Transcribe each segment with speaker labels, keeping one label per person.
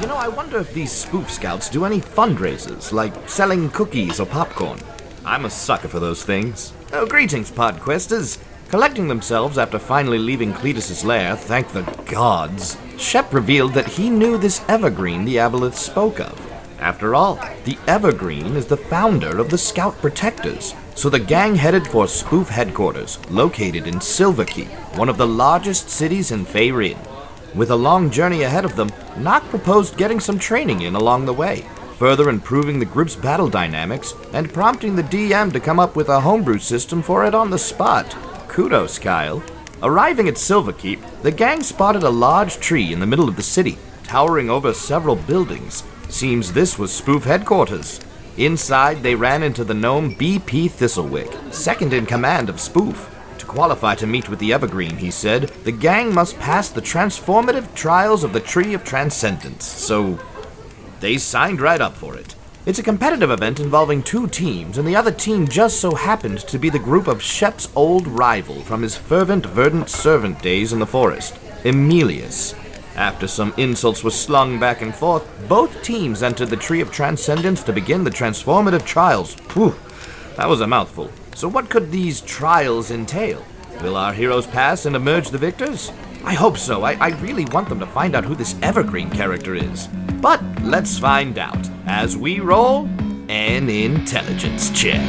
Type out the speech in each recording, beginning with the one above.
Speaker 1: You know, I wonder if these spoof scouts do any fundraisers, like selling cookies or popcorn. I'm a sucker for those things. Oh, greetings, podquesters. Collecting themselves after finally leaving Cletus's lair, thank the gods, Shep revealed that he knew this evergreen the aboleth spoke of. After all, the evergreen is the founder of the Scout Protectors, so the gang headed for spoof headquarters, located in Silverkey, one of the largest cities in Faerun. With a long journey ahead of them, Nock proposed getting some training in along the way, further improving the group's battle dynamics and prompting the DM to come up with a homebrew system for it on the spot. Kudos, Kyle. Arriving at Silverkeep, the gang spotted a large tree in the middle of the city, towering over several buildings. Seems this was spoof headquarters. Inside, they ran into the gnome B.P. Thistlewick, second in command of Spoof. To qualify to meet with the Evergreen, he said, the gang must pass the transformative trials of the Tree of Transcendence. So, they signed right up for it. It's a competitive event involving two teams, and the other team just so happened to be the group of Shep's old rival from his fervent, verdant servant days in the forest, Emilius. After some insults were slung back and forth, both teams entered the Tree of Transcendence to begin the transformative trials. Phew, that was a mouthful. So, what could these trials entail? Will our heroes pass and emerge the victors? I hope so. I, I really want them to find out who this evergreen character is. But let's find out as we roll an intelligence check.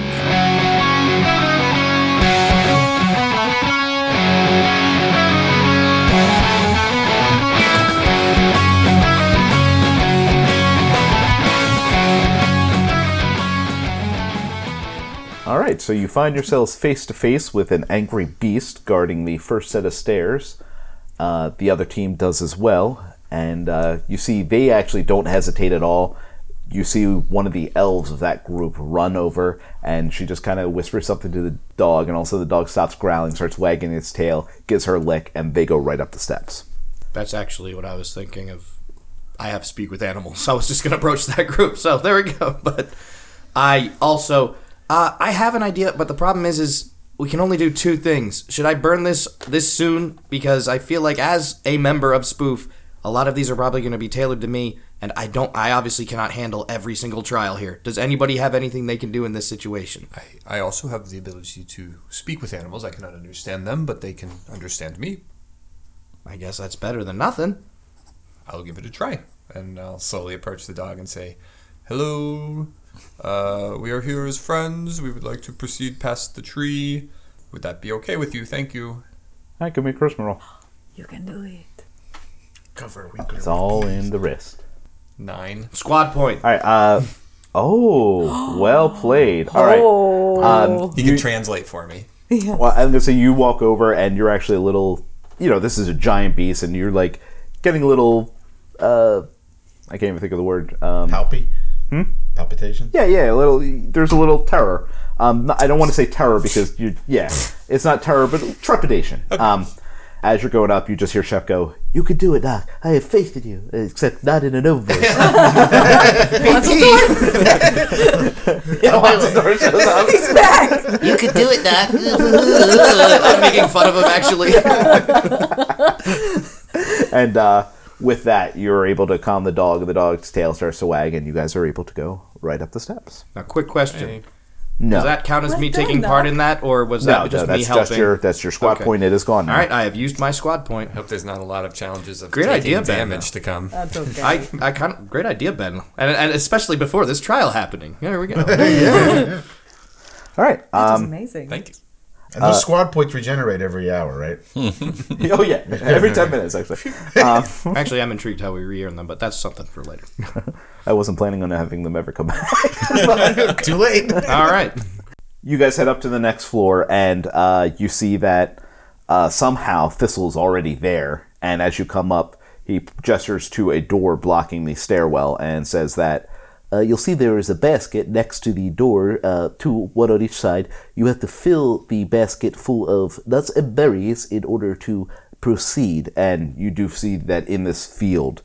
Speaker 2: All right, so you find yourselves face to face with an angry beast guarding the first set of stairs. Uh, the other team does as well, and uh, you see they actually don't hesitate at all. You see one of the elves of that group run over, and she just kind of whispers something to the dog, and also the dog stops growling, starts wagging its tail, gives her a lick, and they go right up the steps.
Speaker 3: That's actually what I was thinking of. I have speak with animals. I was just going to approach that group, so there we go. But I also uh, I have an idea, but the problem is is we can only do two things. Should I burn this this soon because I feel like as a member of Spoof, a lot of these are probably going to be tailored to me and I don't I obviously cannot handle every single trial here. Does anybody have anything they can do in this situation?
Speaker 4: I, I also have the ability to speak with animals. I cannot understand them, but they can understand me.
Speaker 3: I guess that's better than nothing.
Speaker 4: I'll give it a try. And I'll slowly approach the dog and say, Hello, uh, we are here as friends. We would like to proceed past the tree. Would that be okay with you? Thank you.
Speaker 2: All right, give me a charisma roll.
Speaker 5: You can do it.
Speaker 3: Cover
Speaker 2: It's
Speaker 3: weaker.
Speaker 2: all in the wrist.
Speaker 4: Nine.
Speaker 3: Squad point.
Speaker 2: All right. Uh, oh, well played. All right.
Speaker 5: Oh.
Speaker 2: Um,
Speaker 4: You can translate for me.
Speaker 2: Well, I'm gonna say you walk over and you're actually a little, you know, this is a giant beast, and you're like getting a little, uh, I can't even think of the word. Um,
Speaker 6: Palpi? Palpitation?
Speaker 2: yeah, yeah, a little. There's a little terror. Um, I don't want to say terror because you, yeah, it's not terror, but trepidation. Um, as you're going up, you just hear Chef go, "You could do it, Doc. I have faith in you, except not in an own voice."
Speaker 5: He's back.
Speaker 7: You could do it, Doc.
Speaker 3: I'm making fun of him actually.
Speaker 2: and uh, with that, you're able to calm the dog, and the dog's tail starts to wag, and you guys are able to go right up the steps.
Speaker 3: now, quick question.
Speaker 2: No,
Speaker 3: Does that count as me
Speaker 5: done,
Speaker 3: taking
Speaker 5: though.
Speaker 3: part in that, or was that
Speaker 2: no,
Speaker 3: just
Speaker 2: no,
Speaker 3: me
Speaker 2: that's
Speaker 3: helping?
Speaker 2: just your that's your squat
Speaker 3: Okay.
Speaker 2: point. It is gone. Now.
Speaker 3: All right, I have used my squad point.
Speaker 4: Hope there's not a lot of challenges of
Speaker 3: Great
Speaker 4: taking
Speaker 3: idea, Ben,
Speaker 4: damage to come.
Speaker 5: That's okay.
Speaker 3: I, I kind of great idea, Ben, and, and especially before this trial happening. There we go.
Speaker 2: All right.
Speaker 5: That's
Speaker 2: Um,
Speaker 5: amazing.
Speaker 4: Thank you.
Speaker 6: And those squad points regenerate every hour, right?
Speaker 2: oh yeah, every ten minutes actually. Um,
Speaker 3: Actually, I'm intrigued how we re-earn them, but that's something for later.
Speaker 2: I wasn't planning on having them ever come back.
Speaker 6: Too late.
Speaker 3: All right,
Speaker 2: you guys head up to the next floor, and uh, you see that uh, somehow Thistle's already there. And as you come up, he gestures to a door blocking the stairwell and says that uh, you'll see there is a basket next to the door, uh, two, one on each side. You have to fill the basket full of nuts and berries in order to proceed. And you do see that in this field,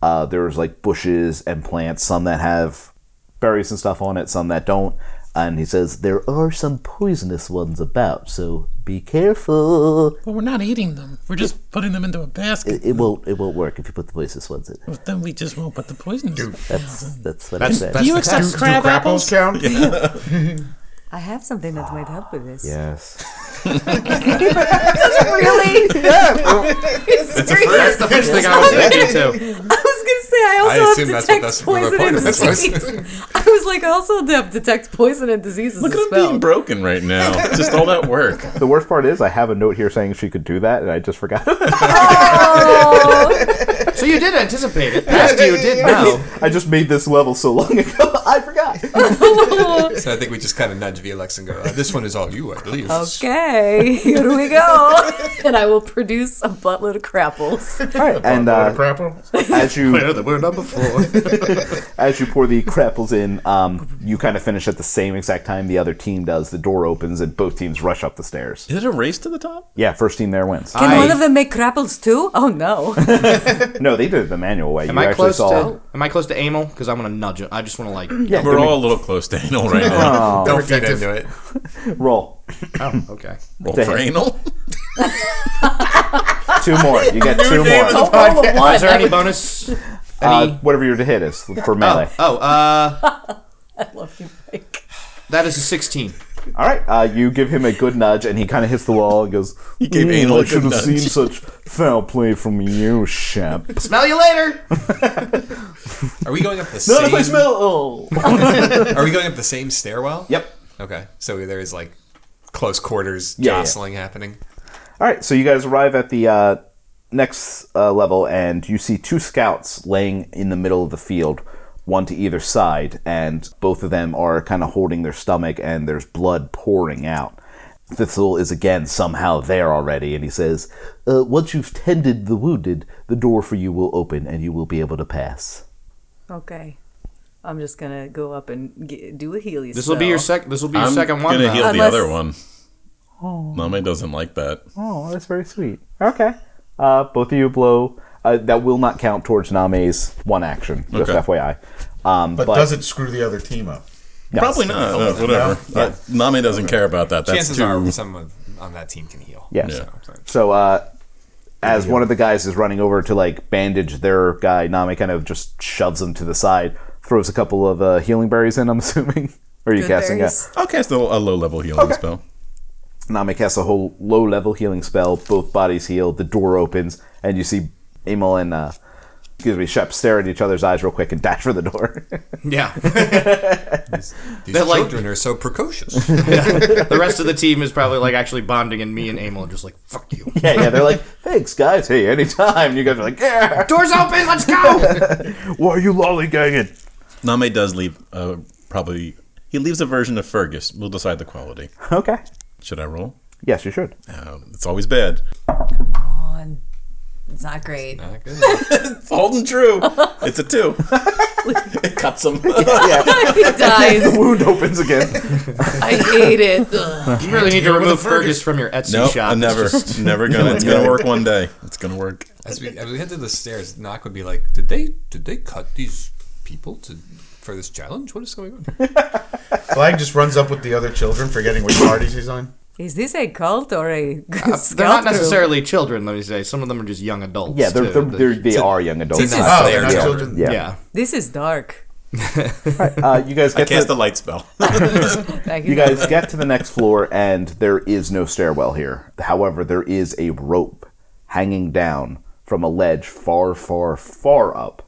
Speaker 2: uh, there's like bushes and plants, some that have berries and stuff on it, some that don't. and he says there are some poisonous ones about, so be careful.
Speaker 7: Well, we're not eating them. We're just putting them into a basket.
Speaker 2: It, it won't it won't work if you put the poisonous ones in.
Speaker 7: But then we just won't put the poisonous ones in.
Speaker 2: That's what I
Speaker 1: That's-
Speaker 2: said.
Speaker 7: Do you accept
Speaker 6: Do
Speaker 7: crab,
Speaker 6: crab apples
Speaker 7: apples?
Speaker 6: count?
Speaker 5: I have something that's made up with this.
Speaker 2: yes.
Speaker 5: Really?
Speaker 4: That's the first, that's the first thing I was thinking too.
Speaker 5: I was gonna say I
Speaker 4: I
Speaker 5: also
Speaker 4: assume
Speaker 5: have
Speaker 4: that's what
Speaker 5: detect
Speaker 4: that's what
Speaker 5: poison
Speaker 4: our
Speaker 5: and
Speaker 4: point was.
Speaker 5: disease. I was like, I also have detect poison and diseases.
Speaker 7: Look at
Speaker 5: as
Speaker 7: him
Speaker 5: well.
Speaker 7: being
Speaker 8: broken right now. Just all that work.
Speaker 2: The worst part is I have a note here saying she could do that, and I just forgot.
Speaker 5: Oh,
Speaker 3: So you did anticipate it. Past you did know.
Speaker 2: I just made this level so long ago, I forgot.
Speaker 4: So I think we just kind of nudge VLX and go, uh, this one is all you, I believe.
Speaker 5: okay, here we go. and I will produce a buttload of crapples.
Speaker 2: All right, and
Speaker 6: Buttload of
Speaker 2: uh,
Speaker 6: crapple?
Speaker 2: as you
Speaker 3: Where the word number four.
Speaker 2: as you pour the crapples in, um, you kind of finish at the same exact time the other team does. The door opens and both teams rush up the stairs.
Speaker 8: Is it a race to the top?
Speaker 2: Yeah, first team there
Speaker 1: Ah,
Speaker 2: wins.
Speaker 5: Can one of them make crapples too? Oh no.
Speaker 2: no, they did it the manual way.
Speaker 3: Am
Speaker 2: you
Speaker 3: I
Speaker 2: actually
Speaker 3: close
Speaker 2: saw.
Speaker 3: to? Am I close to Amel? Because I'm gonna nudge it. I just want to like.
Speaker 2: Yeah,
Speaker 8: We're
Speaker 2: give me-
Speaker 8: all a little close to anal right now.
Speaker 4: Don't feed into it.
Speaker 2: roll
Speaker 3: Oh, okay.
Speaker 8: Roll for anal.
Speaker 2: two more. You get two more.
Speaker 5: Oh, roll a one.
Speaker 3: Is there any bonus? Any?
Speaker 2: Uh, whatever your hit is for melee.
Speaker 3: oh, uh,
Speaker 5: I love you, Mike.
Speaker 3: that is a 16.
Speaker 2: All right, uh, you give him a good nudge, and he kind of hits the wall and goes. He
Speaker 8: gave Anal a
Speaker 2: I
Speaker 8: good
Speaker 2: should have
Speaker 8: nudge."
Speaker 2: seen such foul play from you, champ.
Speaker 3: Smell you later.
Speaker 4: Are we going up the
Speaker 2: Not if I
Speaker 4: same?
Speaker 2: smell. Oh.
Speaker 4: Are we going up the same stairwell?
Speaker 2: Yep.
Speaker 4: Okay. So there is like close quarters
Speaker 2: Yeah, yeah.
Speaker 4: jostling happening.
Speaker 2: All right, so you guys arrive at the uh, next uh, level, and you see two scouts laying in the middle of the field, one to either side, and both of them are kind of holding their stomach, and there's blood pouring out. Thistle is again somehow there already, and he says, uh, "Once you've tended the wounded, the door for you will open, and you will be able to pass."
Speaker 5: Okay, I'm just gonna go up and g do a Healy.
Speaker 3: This will be your sec. This will be your
Speaker 8: I'm
Speaker 3: second one.
Speaker 8: gonna
Speaker 3: now.
Speaker 8: heal
Speaker 5: Unless-
Speaker 8: the other one. Name doesn't like that.
Speaker 2: Oh, that's very sweet. Okay, uh, both of you blow. Uh, that will not count towards Name's one action, just
Speaker 8: Okay.
Speaker 2: FYI. Um,
Speaker 6: But does it screw the other team up?
Speaker 8: Probably not. No, whatever. Uh, Name doesn't care about that. That's
Speaker 4: Chances
Speaker 8: too.
Speaker 4: are someone on that team can heal.
Speaker 2: Yes.
Speaker 4: So,
Speaker 2: So uh, as one of the guys is running over to like bandage their guy, Nami kind of just shoves him to the side, throws a couple of uh, healing berries in. I'm assuming. Or are you casting? Yeah.
Speaker 8: I'll cast a, a low level healing spell.
Speaker 2: Nami casts a whole low level healing spell. Both bodies heal. The door opens, and you see Emil and uh, excuse me Shep stare at each other's eyes real quick and dash for the door.
Speaker 3: Yeah.
Speaker 4: These
Speaker 3: They're like-
Speaker 4: children are so precocious.
Speaker 3: the rest of the team is probably like actually bonding, and me and Amel are just like, fuck you.
Speaker 2: yeah, yeah. They're like, "Thanks, guys. Hey, anytime." You guys are like, "Yeah."
Speaker 3: Doors open. Let's go.
Speaker 2: Why are you lollygagging?
Speaker 8: Name does leave uh, probably. He leaves a version of Fergus. We'll decide the quality.
Speaker 2: Okay.
Speaker 8: Should I roll?
Speaker 2: Yes, you should.
Speaker 8: Um, it's always bad.
Speaker 5: one. It's not great.
Speaker 8: It's holding true. It's a two. it cuts him.
Speaker 5: he dies.
Speaker 2: Wound opens again.
Speaker 5: I hate it. Ugh.
Speaker 3: you really need to remove Fergus from your Etsy
Speaker 8: No,
Speaker 3: shop.
Speaker 8: I'm never, never gonna. It's gonna work one day. It's gonna work.
Speaker 4: As we, as we head to the stairs, Knock would be like, "Did they did they cut these people to for this challenge? What is going on?"
Speaker 6: Flag just runs up with the other children, forgetting which parties he's on.
Speaker 5: Is this a cult or a scout
Speaker 3: They're not
Speaker 5: group?
Speaker 3: necessarily children, let me say. Some of them are just young adults.
Speaker 2: Yeah, they're,
Speaker 3: too.
Speaker 2: they're, they're, they are young adults.
Speaker 8: it's-
Speaker 6: Oh, they're not
Speaker 8: Yeah.
Speaker 6: children.
Speaker 2: Yeah.
Speaker 3: yeah.
Speaker 5: This is dark.
Speaker 2: Uh, you guys
Speaker 8: I
Speaker 2: get
Speaker 8: cast
Speaker 2: to,
Speaker 8: a light spell.
Speaker 5: Like,
Speaker 2: you guys get to the next floor, and there is no stairwell here. However, there is a rope hanging down from a ledge far, far, far up,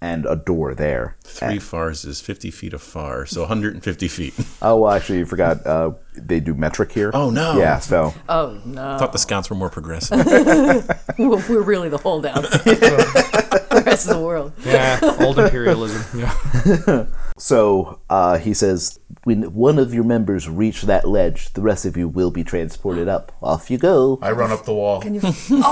Speaker 2: and a door there.
Speaker 8: Three fars is 50 feet of far, so 150 feet.
Speaker 2: Oh, well, actually, you forgot uh, they do metric here.
Speaker 8: Oh no!
Speaker 2: Yeah, so
Speaker 5: Oh no,
Speaker 8: I thought the scouts were more progressive.
Speaker 5: we're we're really the holdouts. the rest of the world.
Speaker 3: Yeah. Old imperialism. Yeah.
Speaker 2: so uh, he says, when one of your members reach that ledge, the rest of you will be transported up. Off you go.
Speaker 6: I run up the wall.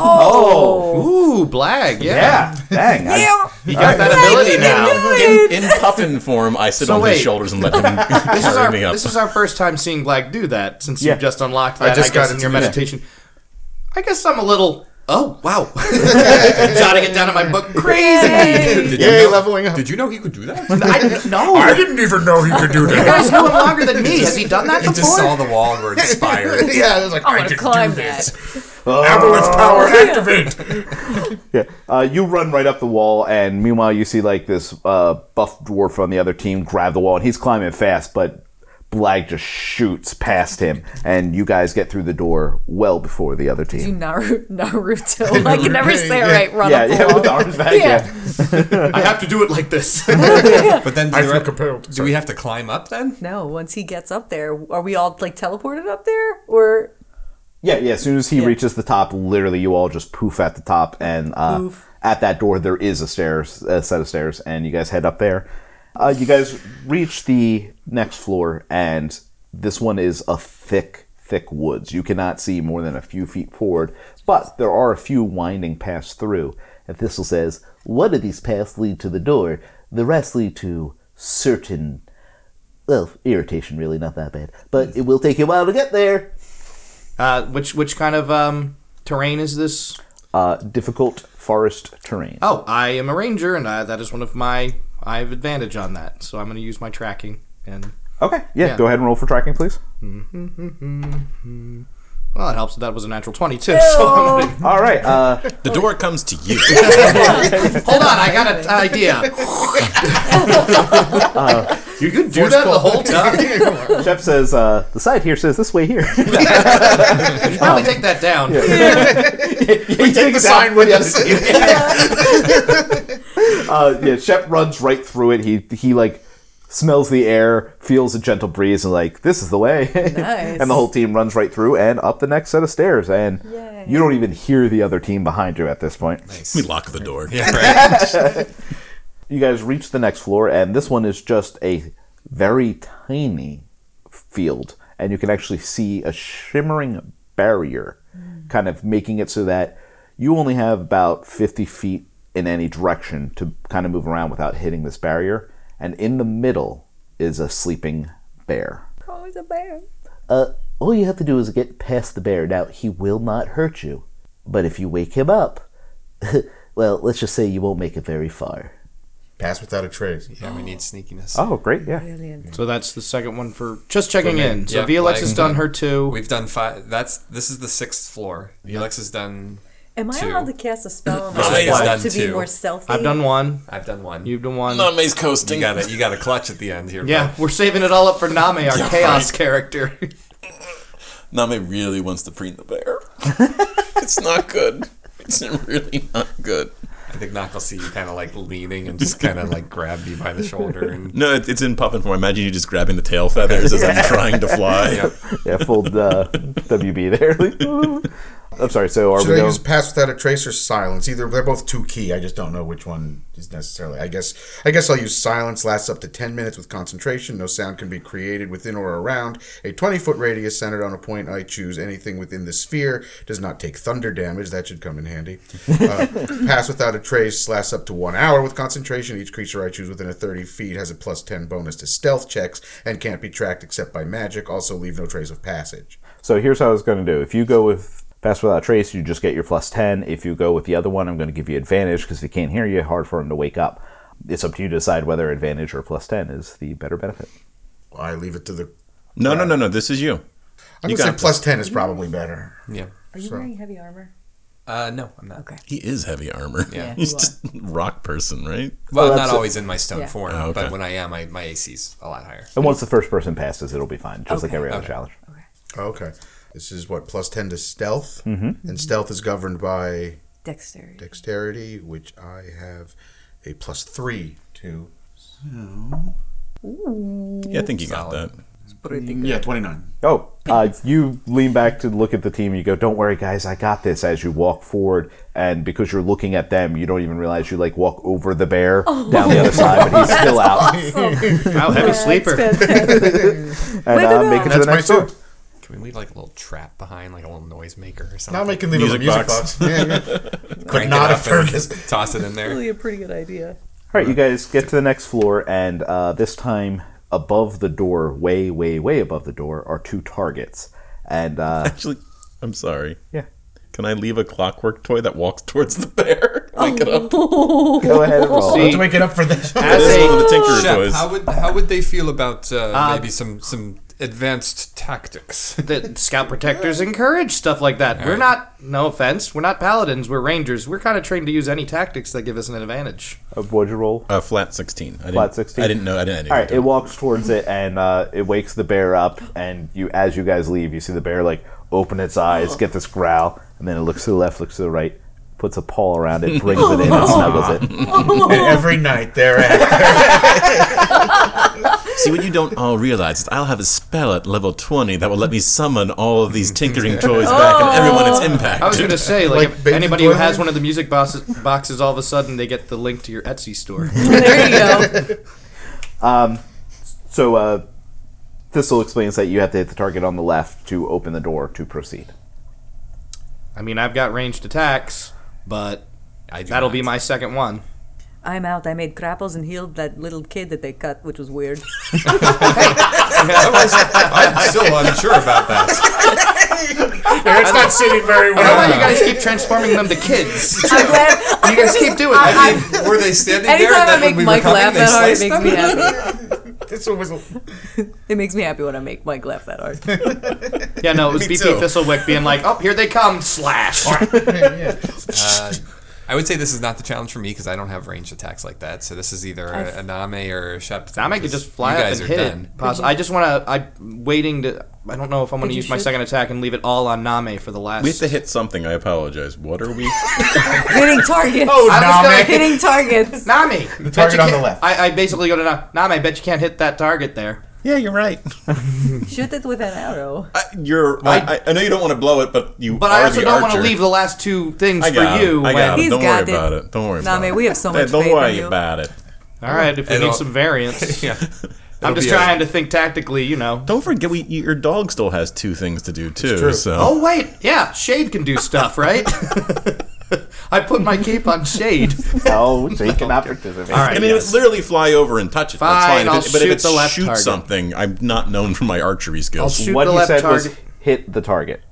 Speaker 5: Oh,
Speaker 3: Ooh, Blag. Yeah.
Speaker 2: Yeah, dang. I-
Speaker 3: You got that ability now.
Speaker 8: in, in puffin form, I sit
Speaker 3: So
Speaker 8: on
Speaker 3: wait.
Speaker 8: his shoulders and let him
Speaker 3: This is,
Speaker 8: carry
Speaker 3: our,
Speaker 8: me up.
Speaker 3: this is our first time seeing Blag do that since
Speaker 2: Yeah.
Speaker 3: you've just unlocked that. I
Speaker 6: just
Speaker 3: guess,
Speaker 6: got
Speaker 3: in
Speaker 6: it
Speaker 3: your
Speaker 6: today.
Speaker 3: meditation. I guess I'm a little. Oh wow! Jotting it down in my book. Crazy.
Speaker 5: Yay.
Speaker 4: Did
Speaker 6: Yay,
Speaker 4: you know,
Speaker 6: leveling up.
Speaker 4: Did you know he could do that?
Speaker 3: I didn't know. You
Speaker 6: Oh, didn't even know he could do that.
Speaker 3: guys knew him longer than me. Has he done that
Speaker 4: he just
Speaker 3: before?
Speaker 4: saw the wall and were inspired.
Speaker 6: yeah, it was like,
Speaker 5: I
Speaker 6: I,
Speaker 5: want to
Speaker 6: can
Speaker 5: climb
Speaker 6: do this.
Speaker 5: that.
Speaker 6: Aboleth power activate.
Speaker 2: Yeah. Uh, you run right up the wall, and meanwhile, you see like this uh, buff dwarf on the other team grab the wall, and he's climbing fast, but Blag just shoots past him, and you guys get through the door well before the other
Speaker 5: Do
Speaker 2: team.
Speaker 5: Naru- Naruto. I can never say it right. Run
Speaker 2: Yeah,
Speaker 5: up
Speaker 2: yeah, with the
Speaker 5: along.
Speaker 2: arms back.
Speaker 5: Yeah.
Speaker 2: yeah.
Speaker 3: I have to do it like this.
Speaker 4: But then do,
Speaker 6: I
Speaker 4: the
Speaker 6: feel
Speaker 4: re-
Speaker 6: compelled.
Speaker 4: do we have to climb up then?
Speaker 5: No, once he gets up there, are we all like teleported up there? Or
Speaker 2: Yeah, yeah. As soon as he reaches the top, literally, you all just poof at the top, and uh, at that door there is a stairs, a set of stairs, and you guys head up there. Uh, you guys reach the next floor, and this one is a thick, thick woods. You cannot see more than a few feet forward, but there are a few winding paths through. And Thistle says, "One of these paths lead to the door; the rest lead to certain." Well, irritation really not that bad, but it will take you a while to get there.
Speaker 3: Uh, which which kind of um, terrain is this?
Speaker 2: uh, difficult forest terrain.
Speaker 3: Oh, I am a ranger, and I, that is one of my. I have advantage on that, so I'm going to use my tracking. And
Speaker 2: Okay, yeah,
Speaker 3: Yeah.
Speaker 2: Go ahead and roll for tracking, please.
Speaker 3: well, it helps that that was a natural twenty-two. So I'm gonna,
Speaker 2: All right. Uh,
Speaker 8: The door comes to you.
Speaker 3: hold on, I got an idea. you could do that the whole time.
Speaker 2: Jeff says uh, the side here says this way here.
Speaker 3: You should probably take that down.
Speaker 2: we take the
Speaker 6: sign with us.
Speaker 2: Uh, yeah, Shep runs right through it. He he like smells the air, feels a gentle breeze, and like this is the way.
Speaker 5: Nice.
Speaker 2: and the whole team runs right through and up the next set of stairs, and
Speaker 5: Yay.
Speaker 2: you don't even hear the other team behind you at this point.
Speaker 8: we lock the door.
Speaker 2: you guys reach the next floor, and this one is just a very tiny field, and you can actually see a shimmering barrier,
Speaker 5: Mm.
Speaker 2: kind of making it so that you only have about 50 feet in any direction to kind of move around without hitting this barrier. And in the middle is a sleeping bear.
Speaker 5: oh, it's a bear.
Speaker 2: Uh, all you have to do is get past the bear. Now, he will not hurt you, but if you wake him up, well, let's just say you won't make it very far.
Speaker 6: Pass without a trace.
Speaker 4: Yeah, we need sneakiness.
Speaker 2: Oh, great, yeah.
Speaker 3: So that's the second one for just checking
Speaker 4: me.
Speaker 3: in. So
Speaker 4: Yeah,
Speaker 3: Violex has
Speaker 4: like-
Speaker 3: done her two.
Speaker 4: We've done five. That's this is the sixth floor. Alex has done.
Speaker 5: Am I
Speaker 4: Two.
Speaker 5: allowed to cast a spell on
Speaker 4: Mine is
Speaker 5: myself
Speaker 4: done
Speaker 5: to be
Speaker 4: too.
Speaker 5: more stealthy?
Speaker 3: I've done one.
Speaker 4: I've done one. You
Speaker 3: You've done one.
Speaker 8: Nami's coasting.
Speaker 4: got a you got a clutch at the end here.
Speaker 3: Yeah, we're saving it all up for Name, our chaos character.
Speaker 8: Name really wants to preen the bear. it's not good. It's really not good.
Speaker 4: bro. I think Knock will see you kind of like leaning and just kind of like grab you by the shoulder and
Speaker 8: No, it, it's in puffin form. Imagine you just grabbing the tail feathers as I'm trying to fly.
Speaker 2: Yeah, full uh, WB there. I'm sorry. So are
Speaker 6: Should
Speaker 2: we
Speaker 6: I
Speaker 2: going?
Speaker 6: use pass without a trace or silence? Either they're both too key. I just don't know which one is necessarily. I guess I guess I'll use silence. Lasts up to ten minutes with concentration. No sound can be created within or around a twenty foot radius centered on a point I choose. Anything within the sphere does not take thunder damage. That should come in handy. Uh, pass without a trace lasts up to one hour with concentration. Each creature I choose within a thirty feet has a plus ten bonus to stealth checks and can't be tracked except by magic. Also, leave no trace of passage.
Speaker 2: so here's how I was going to do. If you go with pass without trace, you just get your plus ten. If you go with the other one, I'm going to give you advantage because if he can't hear you, hard for him to wake up. It's up to you to decide whether advantage or plus ten is the better benefit.
Speaker 6: I leave it to the.
Speaker 8: No, no, no, no. This is you.
Speaker 6: I'm
Speaker 8: You
Speaker 6: gonna say
Speaker 8: got
Speaker 6: plus ten is probably better.
Speaker 4: yeah.
Speaker 5: Are you wearing heavy armor?
Speaker 4: Uh, no, I'm not.
Speaker 8: He is heavy armor.
Speaker 5: Yeah,
Speaker 8: He's
Speaker 5: you
Speaker 8: just rock person, right?
Speaker 4: Well,
Speaker 2: that's
Speaker 4: not
Speaker 2: it.
Speaker 4: always in my stone
Speaker 5: Yeah.
Speaker 4: form,
Speaker 8: Oh, okay.
Speaker 4: but when I am, I, my AC's a lot higher.
Speaker 2: And once the first person passes, it'll be fine, just like
Speaker 5: Okay.
Speaker 2: every other
Speaker 4: Okay.
Speaker 2: challenge.
Speaker 6: Oh, Okay. This is what plus ten to stealth, and stealth is governed by
Speaker 5: Dexterity.
Speaker 6: dexterity, which I have a plus three to.
Speaker 8: Yeah, I think you got that.
Speaker 4: Solid.
Speaker 9: Yeah, 29.
Speaker 2: Oh, uh, you lean back to look at the team. You go, "Don't worry, guys, I got this." As you walk forward, and because you're looking at them, you don't even realize you like walk over the bear down the other side, but he's still out.
Speaker 3: Wow, heavy sleeper.
Speaker 2: And
Speaker 5: Wait,
Speaker 2: uh,
Speaker 5: no,
Speaker 2: make it to the
Speaker 6: That's my
Speaker 2: next door.
Speaker 6: turn.
Speaker 4: Can we leave like a little trap behind, like a little noisemaker or something?
Speaker 6: Now I can leave music a music box. Yeah, yeah.
Speaker 4: Crank
Speaker 6: not
Speaker 4: it
Speaker 6: a
Speaker 4: up and
Speaker 6: Fergus.
Speaker 4: Toss it in there.
Speaker 5: Really a pretty good idea.
Speaker 2: All right, you guys get to the next floor, and uh, this time above the door, way, way, way above the door, are two targets. And uh,
Speaker 8: Actually, I'm sorry.
Speaker 2: Yeah.
Speaker 8: Can I leave a clockwork toy that walks towards the bear? Wake it up.
Speaker 2: Go ahead and roll.
Speaker 6: Let's wake it up for this.
Speaker 8: This is one of the Tinkerer
Speaker 4: Shep,
Speaker 8: toys.
Speaker 4: how would how would they feel about uh, maybe some some advanced tactics?
Speaker 3: that scout protectors encourage stuff like that. We're not, no offense, we're not paladins. We're rangers. We're kind of trained to use any tactics that give us an advantage.
Speaker 2: Uh, What'd you roll?
Speaker 8: Uh, flat sixteen. I didn't,
Speaker 2: Flat 16?
Speaker 8: I didn't know. I didn't.
Speaker 2: All right, it walks towards it and uh, it wakes the bear up. And you, as you guys leave, you see the bear like open its eyes, get this growl, and then it looks to the left, looks to the right, puts a paw around it, brings it in, and snuggles it.
Speaker 6: Every night thereafter.
Speaker 8: See what you don't all realize is I'll have a spell at level twenty that will let me summon all of these tinkering toys back and everyone it's impacted.
Speaker 3: I was going to say, like,
Speaker 6: Like
Speaker 3: if
Speaker 6: baby
Speaker 3: anybody who has
Speaker 6: toilet?
Speaker 3: one of the music boxes, boxes, all of a sudden they get the link to your Etsy store.
Speaker 5: There you go.
Speaker 2: So uh, Thistle explains that you have to hit the target on the left to open the door to proceed.
Speaker 3: I mean, I've got ranged attacks, but
Speaker 4: I do
Speaker 3: that'll
Speaker 4: not.
Speaker 3: be my second one.
Speaker 5: I'm out. I made crapples and healed that little kid that they cut, which was weird.
Speaker 4: I was, I'm still unsure about that.
Speaker 6: it's not sitting very
Speaker 3: I don't know why
Speaker 6: well.
Speaker 3: you guys keep transforming them to kids.
Speaker 5: I'm glad.
Speaker 3: You guys keep doing it.
Speaker 4: I mean, were they standing there?
Speaker 5: Anytime
Speaker 4: and then
Speaker 5: I
Speaker 4: when
Speaker 5: make
Speaker 4: we were
Speaker 5: Mike
Speaker 4: coming,
Speaker 5: laugh
Speaker 4: they
Speaker 5: that hard, it
Speaker 4: sliced
Speaker 5: makes
Speaker 4: them?
Speaker 5: me happy.
Speaker 6: This one was a-
Speaker 5: It makes me happy when I make Mike laugh that hard.
Speaker 3: Yeah, no, it was
Speaker 4: Me
Speaker 3: BP
Speaker 4: too.
Speaker 3: Thistlewick being like, "Oh, here they come!" Slash.
Speaker 4: Uh, I would say this is not the challenge for me because I don't have ranged attacks like that. So this is either a, a Name or a Shep.
Speaker 3: Now I could just fly up and hit it. Pause. I just want to. I'm waiting to. I don't know if I'm going
Speaker 5: Did
Speaker 3: to
Speaker 5: you
Speaker 3: use my
Speaker 5: shoot?
Speaker 3: second attack and leave it all on Name for the last.
Speaker 8: We have to hit something. I apologize. What are we?
Speaker 5: Hitting targets.
Speaker 6: Oh,
Speaker 3: I was
Speaker 6: Name.
Speaker 3: gonna hit
Speaker 5: Hitting targets.
Speaker 3: Nami. The
Speaker 6: target on the left.
Speaker 3: I, I basically go to Nami. Nami, bet you can't hit that target there.
Speaker 8: yeah, you're right.
Speaker 5: Shoot it with an arrow.
Speaker 8: I, you're. I, I, I know you don't want to blow it, but you.
Speaker 3: But
Speaker 8: are
Speaker 3: I also
Speaker 8: the
Speaker 3: don't want
Speaker 8: archer.
Speaker 3: to leave the last two things
Speaker 8: I
Speaker 3: for
Speaker 8: got
Speaker 3: you.
Speaker 8: It. I got
Speaker 3: when-
Speaker 8: it.
Speaker 5: He's
Speaker 8: Don't worry
Speaker 5: got it.
Speaker 8: about it. Don't worry
Speaker 5: Nah,
Speaker 8: about
Speaker 5: man,
Speaker 8: it.
Speaker 5: we have so
Speaker 8: Hey,
Speaker 5: much
Speaker 8: Don't
Speaker 5: faith in
Speaker 8: worry
Speaker 5: you.
Speaker 8: about it.
Speaker 3: All right, if we
Speaker 4: And
Speaker 3: need
Speaker 4: I'll-
Speaker 3: some variance.
Speaker 4: Yeah.
Speaker 3: I'm just
Speaker 4: It'll be a-
Speaker 3: trying to think tactically, you know.
Speaker 8: Don't forget, we your dog still has two things to do too. So
Speaker 3: Oh wait, yeah, Shade can do stuff, right? I put my cape on Shade.
Speaker 2: Oh, so you cannot participate.
Speaker 3: All
Speaker 8: I
Speaker 3: right,
Speaker 8: mean,
Speaker 3: yes.
Speaker 8: it's literally fly over and touch it. That's
Speaker 3: Fine,
Speaker 8: fine.
Speaker 3: I'll
Speaker 8: if it, but if
Speaker 3: shoot
Speaker 8: it
Speaker 3: the left
Speaker 8: shoots
Speaker 3: target.
Speaker 8: something, I'm not known for my archery
Speaker 3: I'll
Speaker 8: skills.
Speaker 3: shoot
Speaker 2: what
Speaker 3: the
Speaker 2: you
Speaker 3: left
Speaker 2: said
Speaker 3: target.
Speaker 2: was hit the target.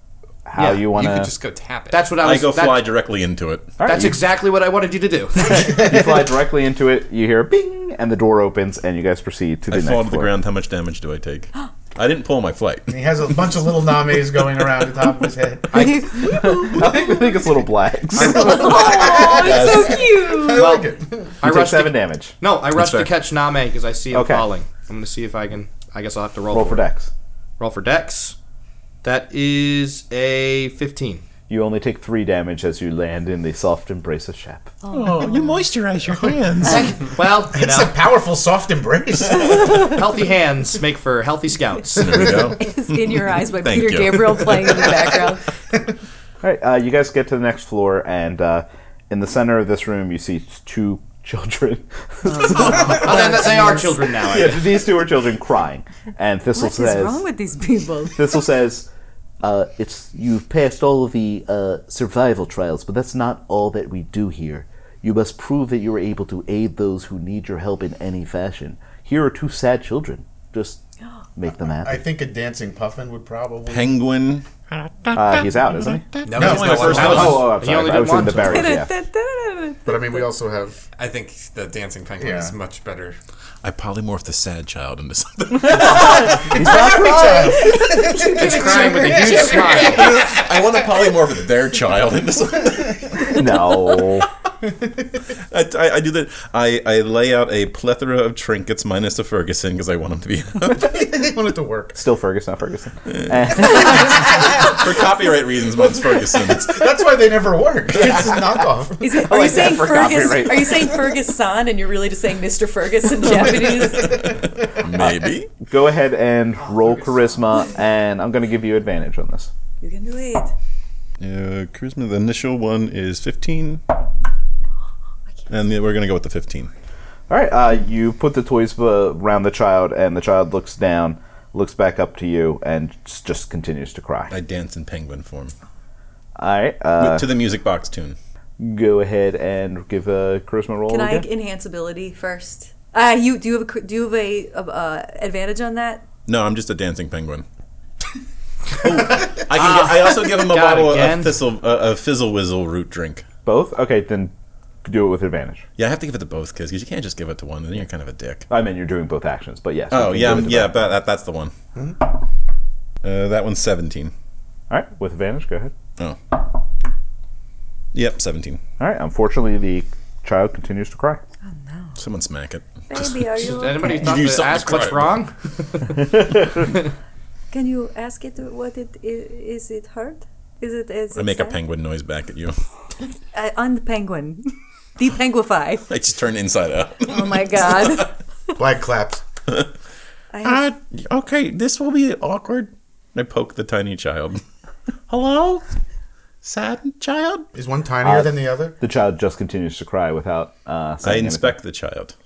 Speaker 2: How
Speaker 3: Yeah,
Speaker 2: you want
Speaker 4: You could
Speaker 2: to
Speaker 4: just go tap it.
Speaker 3: That's what I
Speaker 8: I
Speaker 3: was.
Speaker 8: go
Speaker 3: that-
Speaker 8: fly directly into it.
Speaker 3: That's exactly what I wanted you to do.
Speaker 2: you fly directly into it. You hear a bing, and the door opens, and you guys proceed to the
Speaker 8: I
Speaker 2: next
Speaker 8: fall to the
Speaker 2: floor.
Speaker 8: ground. How much damage do I take? I didn't pull my flight.
Speaker 6: He has a bunch of little Names going around the top of his head.
Speaker 2: I think, I think it's little blacks.
Speaker 5: Oh, it's so cute.
Speaker 6: I like it.
Speaker 3: I
Speaker 2: Take
Speaker 3: rushed
Speaker 2: seven
Speaker 3: to,
Speaker 2: damage.
Speaker 3: No, I rushed to
Speaker 8: fair.
Speaker 3: catch Name because I see him
Speaker 2: Okay.
Speaker 3: falling. I'm gonna see if I can. I guess I'll have to roll,
Speaker 2: Roll for
Speaker 3: it.
Speaker 2: dex.
Speaker 3: Roll for Dex. That is a 15.
Speaker 2: You only take three damage as you land in the soft embrace of Shep.
Speaker 7: Oh, you moisturize your hands.
Speaker 3: Well, you
Speaker 6: It's a
Speaker 3: know,
Speaker 6: powerful soft embrace.
Speaker 3: healthy hands make for healthy scouts.
Speaker 8: There we go.
Speaker 5: It's in your eyes by
Speaker 8: Thank
Speaker 5: Peter
Speaker 8: you.
Speaker 5: Gabriel playing in the background.
Speaker 2: All right, uh, you guys get to the next floor, and uh, in the center of this room, you see two children.
Speaker 3: Oh, then they are children now. I guess.
Speaker 2: These two are children crying, and Thistle
Speaker 5: What is
Speaker 2: says,
Speaker 5: wrong with these people?
Speaker 2: Thistle says, uh, "It's you've passed all of the uh, survival trials, but that's not all that we do here. You must prove that you are able to aid those who need your help in any fashion. Here are two sad children. Just make them
Speaker 6: I
Speaker 2: happy."
Speaker 6: think a dancing puffin would probably.
Speaker 8: Penguin.
Speaker 2: Uh, he's out, isn't he?
Speaker 4: no,
Speaker 6: No,
Speaker 4: he's
Speaker 6: my
Speaker 4: not
Speaker 6: first
Speaker 4: allowed.
Speaker 6: one.
Speaker 3: Oh,
Speaker 2: Oh, I'm
Speaker 3: He
Speaker 2: sorry.
Speaker 3: only
Speaker 2: I
Speaker 3: did
Speaker 2: was in
Speaker 3: one.
Speaker 2: the barrels. Yeah.
Speaker 6: But I mean, we also have.
Speaker 4: I think the dancing penguin
Speaker 6: Yeah.
Speaker 4: is much better.
Speaker 8: I polymorphed the sad child into something.
Speaker 3: It's crying with a huge smile.
Speaker 8: I want to polymorph their child into something.
Speaker 2: No.
Speaker 8: I, I, I do that. I, I lay out a plethora of trinkets minus a Ferguson because I want him to be
Speaker 6: I want it to work.
Speaker 2: Still Ferguson, not Ferguson.
Speaker 8: for copyright reasons. Mine's Ferguson. It's-
Speaker 6: That's why they never work. It's a knockoff.
Speaker 5: Is
Speaker 8: Oh,
Speaker 5: it, are you
Speaker 2: like that
Speaker 5: saying
Speaker 2: for
Speaker 5: Fergus?
Speaker 2: copyright.
Speaker 5: Are you saying Fergus San, and you're really just saying Mr. Fergus
Speaker 8: Oh
Speaker 5: in Japanese?
Speaker 8: maybe.
Speaker 2: Go ahead and roll charisma, and I'm going to give you advantage on this.
Speaker 5: You can do it.
Speaker 8: Uh, charisma. The initial one is fifteen, and the- we're gonna go with the fifteen.
Speaker 2: All right, uh, you put the toys uh, around the child, and the child looks down, looks back up to you, and s- just continues to cry.
Speaker 8: I dance in penguin form
Speaker 2: All right, uh,
Speaker 8: to the music box tune.
Speaker 2: go ahead and give a charisma roll
Speaker 5: Can I
Speaker 2: again.
Speaker 5: enhance ability first? Uh, you do you have a cr- do you have a, a uh, advantage on that?
Speaker 8: No, I'm just a dancing penguin. I can. Get, I also give him a
Speaker 3: God,
Speaker 8: bottle
Speaker 3: again?
Speaker 8: of thistle, uh, a fizzle whizzle root drink.
Speaker 2: Both? Okay, then do it with advantage.
Speaker 8: Yeah, I have to give it to both kids because you can't just give it to one. Then you're kind of a dick.
Speaker 2: I mean, you're doing both actions, but yes. you
Speaker 8: Oh
Speaker 2: can
Speaker 8: yeah,
Speaker 2: do it
Speaker 8: I'm-
Speaker 2: with
Speaker 8: yeah.
Speaker 2: advantage.
Speaker 8: But that, that's the one. Uh, that one's seventeen.
Speaker 2: All right, with advantage, go ahead.
Speaker 8: Oh. Yep, seventeen.
Speaker 2: All right, unfortunately, the child continues to cry.
Speaker 8: Someone smack it.
Speaker 5: Baby, are you
Speaker 3: Did anybody
Speaker 5: okay?
Speaker 3: thought
Speaker 8: You do
Speaker 3: to
Speaker 8: something
Speaker 3: ask what's
Speaker 8: to
Speaker 3: wrong?
Speaker 5: Can you ask it what it i- is? It hurt? Is it as
Speaker 8: I
Speaker 5: it Uh,
Speaker 8: make a
Speaker 5: said?
Speaker 8: penguin noise back at you.
Speaker 5: I unpenguin, depenguify.
Speaker 8: I just turn inside out.
Speaker 5: Oh my god!
Speaker 6: Black claps.
Speaker 5: I
Speaker 8: Uh, okay, this will be awkward. I poke the tiny child. Hello? Sad child?
Speaker 6: Is one tinier
Speaker 2: Uh,
Speaker 6: than the other?
Speaker 2: The child just continues to cry without uh,
Speaker 8: I
Speaker 2: saying
Speaker 8: inspect the child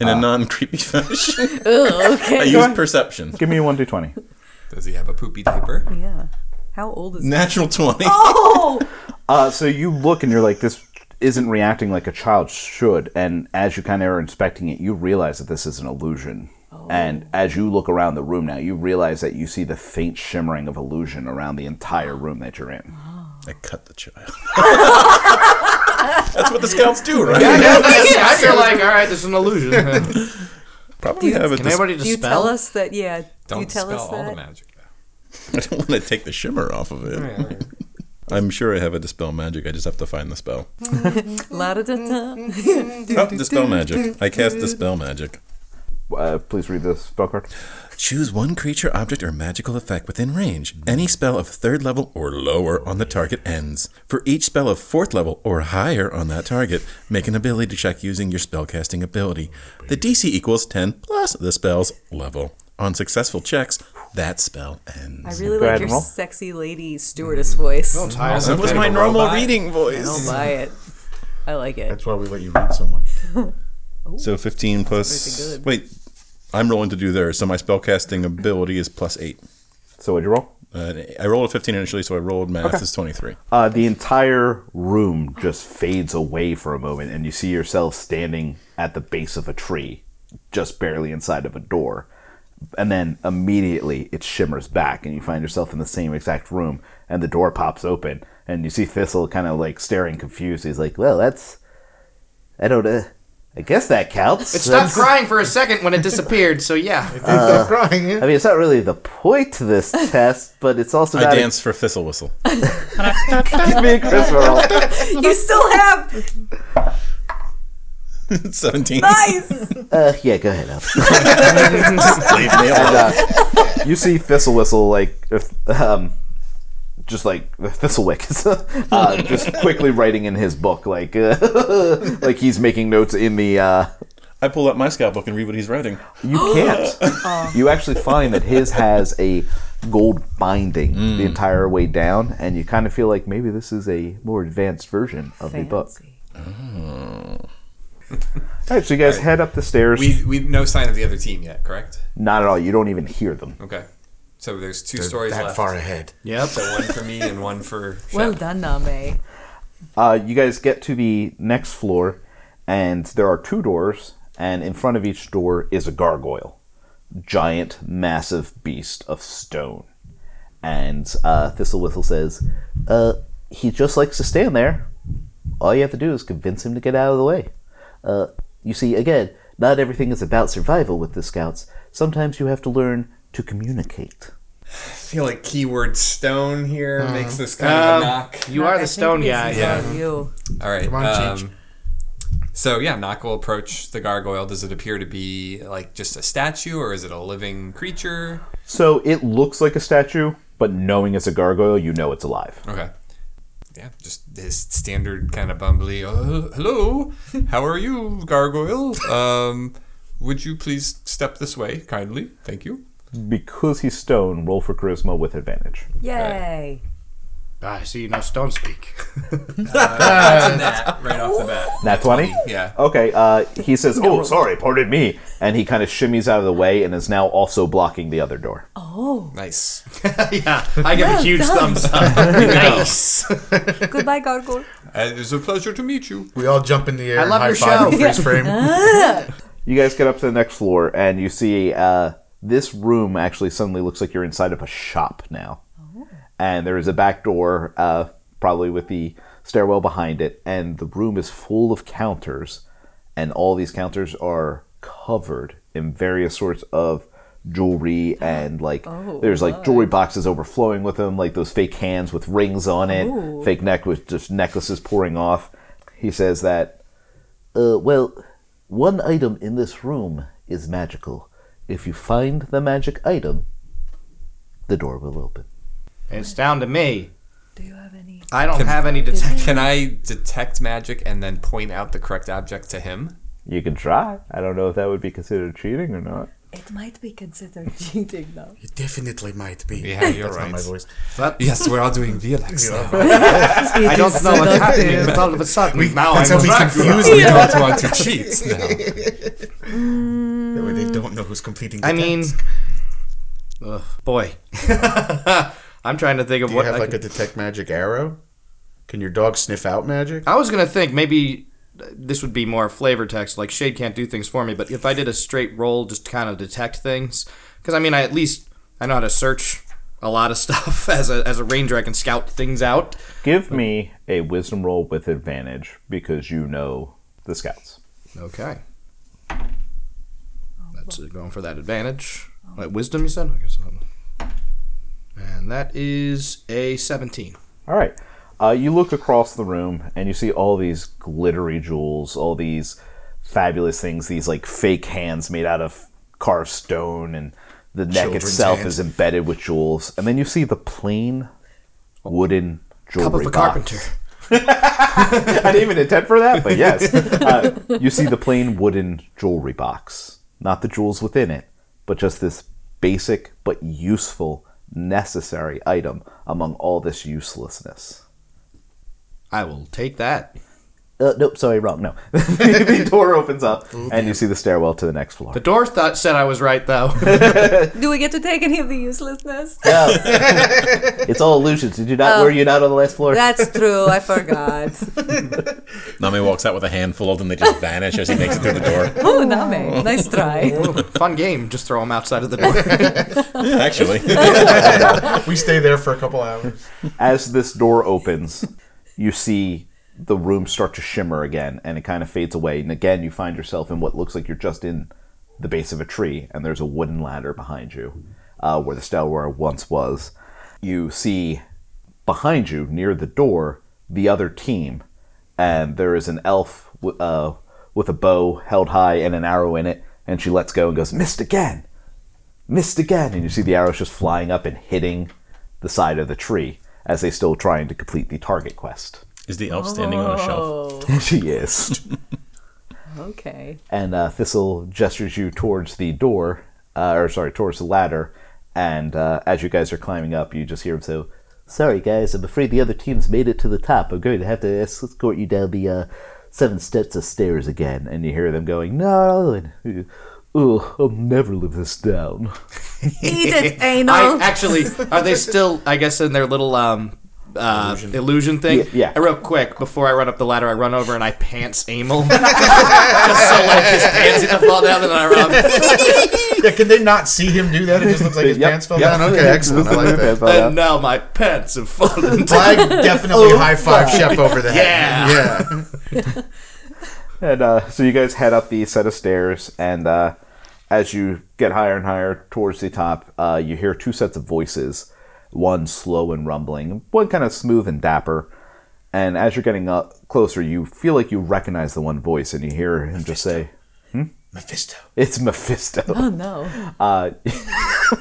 Speaker 8: in a non creepy fashion. I
Speaker 5: okay.
Speaker 8: use perception.
Speaker 2: anything. Give me one d20.
Speaker 4: Does he have a poopy diaper?
Speaker 5: Yeah. How old is? it?
Speaker 8: Natural 20.
Speaker 5: Oh,
Speaker 2: Uh, so you look and you're like, this isn't reacting like a child should. And as you kind of are inspecting it, you realize that this is an illusion. And as you look around the room now, you realize that you see the faint shimmering of illusion around the entire room that you're in.
Speaker 8: I cut the child. That's what the scouts do, right?
Speaker 3: I feel like, all right, there's an illusion. Can
Speaker 8: Probably have a dis-
Speaker 3: anybody
Speaker 5: do you
Speaker 3: dispel?
Speaker 5: tell us that? Yeah. do
Speaker 4: Don't
Speaker 5: you tell
Speaker 4: spell
Speaker 5: us
Speaker 4: all the
Speaker 5: that?
Speaker 4: magic.
Speaker 8: I don't want to take the shimmer off of it.
Speaker 4: Oh,
Speaker 8: I'm sure I have a dispel magic. I just have to find the spell.
Speaker 5: La da da da.
Speaker 8: Oh, dispel magic. I cast dispel magic.
Speaker 2: Uh, please read this spell card.
Speaker 8: Choose one creature, object, or magical effect within range. Any spell of third level or lower on the target ends. For each spell of fourth level or higher on that target, make an ability check using your spellcasting ability. The DC equals 10 plus the spell's level. On successful checks, that spell
Speaker 5: I
Speaker 8: ends.
Speaker 5: really
Speaker 2: Go ahead
Speaker 5: like
Speaker 2: and
Speaker 5: your
Speaker 2: roll.
Speaker 5: sexy lady stewardess voice. Don't
Speaker 3: Hire
Speaker 8: That
Speaker 3: some
Speaker 8: was my
Speaker 3: kind of
Speaker 8: normal
Speaker 3: robot.
Speaker 8: reading
Speaker 5: Don't
Speaker 8: voice.
Speaker 5: buy it. I like it.
Speaker 6: That's why we let you read so much.
Speaker 8: So 15
Speaker 5: Pretty
Speaker 8: plus.
Speaker 5: good.
Speaker 8: Wait, I'm rolling to do theirs. So my spellcasting ability is plus 8.
Speaker 2: So what'd you roll?
Speaker 8: Uh, I rolled a 15 initially, so I rolled math is 23.
Speaker 2: Uh, the entire room just fades away for a moment, and you see yourself standing at the base of a tree, just barely inside of a door. And then immediately it shimmers back, and you find yourself in the same exact room, and the door pops open, and you see Thistle kind of like staring confused. He's like, Well, that's. I don't. Uh, I guess that counts.
Speaker 3: It stopped
Speaker 2: That's-
Speaker 3: crying for a second when it disappeared, so yeah.
Speaker 6: Stop crying.
Speaker 2: I mean, it's not really the point to this test, but it's also
Speaker 8: I
Speaker 2: not.
Speaker 8: dance for Thistle Whistle.
Speaker 2: Give me a Chris roll.
Speaker 5: You still have
Speaker 8: 17.
Speaker 5: nice.
Speaker 2: Uh, yeah, go ahead. Al.
Speaker 8: Leave me alone.
Speaker 2: you see Thistle Whistle like if- um, just like Thistlewick, uh, just quickly writing in his book, like uh, like he's making notes in the. Uh,
Speaker 8: I pull up my scout book and read what he's writing.
Speaker 2: you can't. You actually find that his has a gold binding the entire way down, and you kind of feel like maybe this is a more advanced version of the book.
Speaker 5: Fancy.
Speaker 2: All right, so you guys head up the stairs.
Speaker 4: We we no sign of the other team yet, correct?
Speaker 2: Not at all. You don't even hear them.
Speaker 4: Okay. So there's 2
Speaker 6: They're
Speaker 4: stories
Speaker 6: that
Speaker 4: left.
Speaker 6: far ahead.
Speaker 3: Yep.
Speaker 4: So one for me and one for.
Speaker 5: Well
Speaker 4: Shep.
Speaker 5: done, Name.
Speaker 2: Uh, you guys get to the next floor, and there are two doors, and in front of each door is a gargoyle. Giant, massive beast of stone. And uh, Thistle Whistle says, uh, He just likes to stand there. All you have to do is convince him to get out of the way. Uh, you see, again, not everything is about survival with the scouts. Sometimes you have to learn to communicate.
Speaker 4: I feel like keyword stone here
Speaker 6: Uh-huh.
Speaker 4: makes this kind of
Speaker 3: Um,
Speaker 4: a knock.
Speaker 3: You are the stone guy.
Speaker 5: Yeah. You.
Speaker 4: All right.
Speaker 6: on,
Speaker 4: um,
Speaker 6: change.
Speaker 4: so yeah, knock will approach the gargoyle. Does it appear to be like just a statue, or is it a living creature?
Speaker 2: So it looks like a statue, but knowing it's a gargoyle, you know it's alive.
Speaker 4: Okay. Yeah, just his standard kind of bumbly. Uh, hello, how are you, gargoyle? Um, would you please step this way, kindly? Thank you.
Speaker 2: because he's stone, roll for charisma with advantage.
Speaker 5: Yay.
Speaker 3: Ah, I see you know stone speak.
Speaker 4: right off the bat.
Speaker 2: Nat 20?
Speaker 4: Yeah.
Speaker 2: Okay, uh, he says, Oh, sorry, pardon me. And he kind of shimmies out of the way and is now also blocking the other door.
Speaker 4: Nice.
Speaker 3: yeah, I give a
Speaker 5: Well
Speaker 3: huge
Speaker 5: done.
Speaker 3: thumbs up. nice.
Speaker 5: Goodbye, gargoyle.
Speaker 4: Uh, it was a pleasure to meet you.
Speaker 6: We all jump in the air.
Speaker 3: I love
Speaker 6: high
Speaker 3: your
Speaker 6: five
Speaker 3: show.
Speaker 6: and freeze frame.
Speaker 2: You guys get up to the next floor and you see uh, this room actually suddenly looks like you're inside of a shop now. and there is a back door, uh, probably with the stairwell behind it, and the room is full of counters, and all these counters are covered in various sorts of jewelry and like there's like jewelry boxes overflowing with them, like those fake hands with rings on it, fake neck with just necklaces pouring off. He says that uh, well, one item in this room is magical. If you find the magic item, the door will open.
Speaker 3: It's down to me.
Speaker 5: Do you have any?
Speaker 3: I don't have any detect.
Speaker 4: Can I detect magic and then point out the correct object to him?
Speaker 2: You can try. I don't know if that would be considered cheating or not.
Speaker 5: It might be considered cheating though.
Speaker 6: It definitely might be.
Speaker 4: Yeah, you're
Speaker 6: That's
Speaker 4: right.
Speaker 6: not my voice.
Speaker 3: Uh,
Speaker 4: Yes, we're all doing VLX now.
Speaker 3: I don't know what's happening, but all of a sudden now I'm
Speaker 6: That's how we
Speaker 3: Dracula.
Speaker 6: confuse
Speaker 4: We
Speaker 6: them.
Speaker 4: don't want to cheat now.
Speaker 6: That way they don't know who's completing the
Speaker 3: I mean,
Speaker 6: task.
Speaker 3: ugh, boy, I'm trying to think of
Speaker 6: Do you
Speaker 3: what
Speaker 6: have
Speaker 3: I,
Speaker 6: like
Speaker 3: could-
Speaker 6: a detect magic arrow? Can your dog sniff out magic?
Speaker 3: I was gonna think maybe uh, this would be more flavor text. Like shade can't do things for me, but if I did a straight roll, just to kind of detect things, because I mean, I at least I know how to search a lot of stuff as a as a ranger. I can scout things out.
Speaker 2: Give me a wisdom roll with advantage because you know the scouts.
Speaker 3: Okay,
Speaker 5: Oh,
Speaker 3: that's uh, going for that advantage.
Speaker 5: Oh.
Speaker 3: Uh, wisdom, you said. I guess. I'll- And that is a seventeen.
Speaker 2: All right. Uh, you look across the room and you see all these glittery jewels, all these fabulous things, these like fake hands made out of carved stone, and the neck
Speaker 6: Children's
Speaker 2: itself
Speaker 6: hands.
Speaker 2: is embedded with jewels. And then you see the plain wooden jewelry
Speaker 3: Cup of a
Speaker 2: box.
Speaker 3: carpenter.
Speaker 2: I didn't even intend for that, but yes. Uh, you see the plain wooden jewelry box, not the jewels within it, but just this basic but useful, necessary item among all this uselessness.
Speaker 3: I will take that.
Speaker 2: Uh, nope, sorry, wrong. No, the door opens up,
Speaker 3: Oh,
Speaker 2: and you see the stairwell to the next floor.
Speaker 3: The door thought said I was right though.
Speaker 5: Do we get to take any of the uselessness?
Speaker 2: It's all illusions. Did you not? were you not on the last floor?
Speaker 5: That's true. I forgot.
Speaker 8: Nami walks out with a handful of them. They just vanish as he makes it through the door.
Speaker 5: Oh, Name. Nice try.
Speaker 3: Fun game. Just throw them outside of the door.
Speaker 8: Actually,
Speaker 6: we stay there for a couple hours.
Speaker 2: As this door opens, you see the room start to shimmer again, and it kind of fades away. And again, you find yourself in what looks like you're just in the base of a tree, and there's a wooden ladder behind you, uh, where the stairwell once was. You see behind you, near the door, the other team, and there is an elf w- uh, with a bow held high and an arrow in it, and she lets go and goes, "Missed again." missed again and you see the arrows just flying up and hitting the side of the tree as they still trying to complete the target quest
Speaker 8: is the elf standing on a shelf?
Speaker 2: she is
Speaker 5: Okay.
Speaker 2: and uh, thistle gestures you towards the door uh, or sorry towards the ladder and uh, as you guys are climbing up you just hear him say sorry guys i'm afraid the other team's made it to the top i'm going to have to escort you down the uh, seven steps of stairs again and you hear them going no and, oh i'll never live this down
Speaker 5: Eat it,
Speaker 3: I
Speaker 5: anal.
Speaker 3: actually are they still? I guess in their little um. Uh, illusion. thing.
Speaker 2: Yeah, yeah.
Speaker 3: And real quick, before I run up the ladder, I run over and I pants Emil. Just so like his pants didn't fall down and I run.
Speaker 6: Yeah, can they not see him do that? It just looks like his
Speaker 2: Yep,
Speaker 6: pants fell
Speaker 2: yep.
Speaker 6: down. Okay, excellent. I like that.
Speaker 2: Oh,
Speaker 3: and now my pants have fallen down.
Speaker 6: Flag definitely high five Shep over the head.
Speaker 3: Yeah.
Speaker 6: Yeah.
Speaker 2: And uh, so you guys head up the set of stairs, and uh, as you get higher and higher towards the top, uh, you hear two sets of voices one slow and rumbling, one kind of smooth and dapper. And as you're getting up closer, you feel like you recognize the one voice, and you hear him just say, "Hmm?"
Speaker 6: Mephisto.
Speaker 2: It's Mephisto.
Speaker 5: Oh no.
Speaker 2: Uh,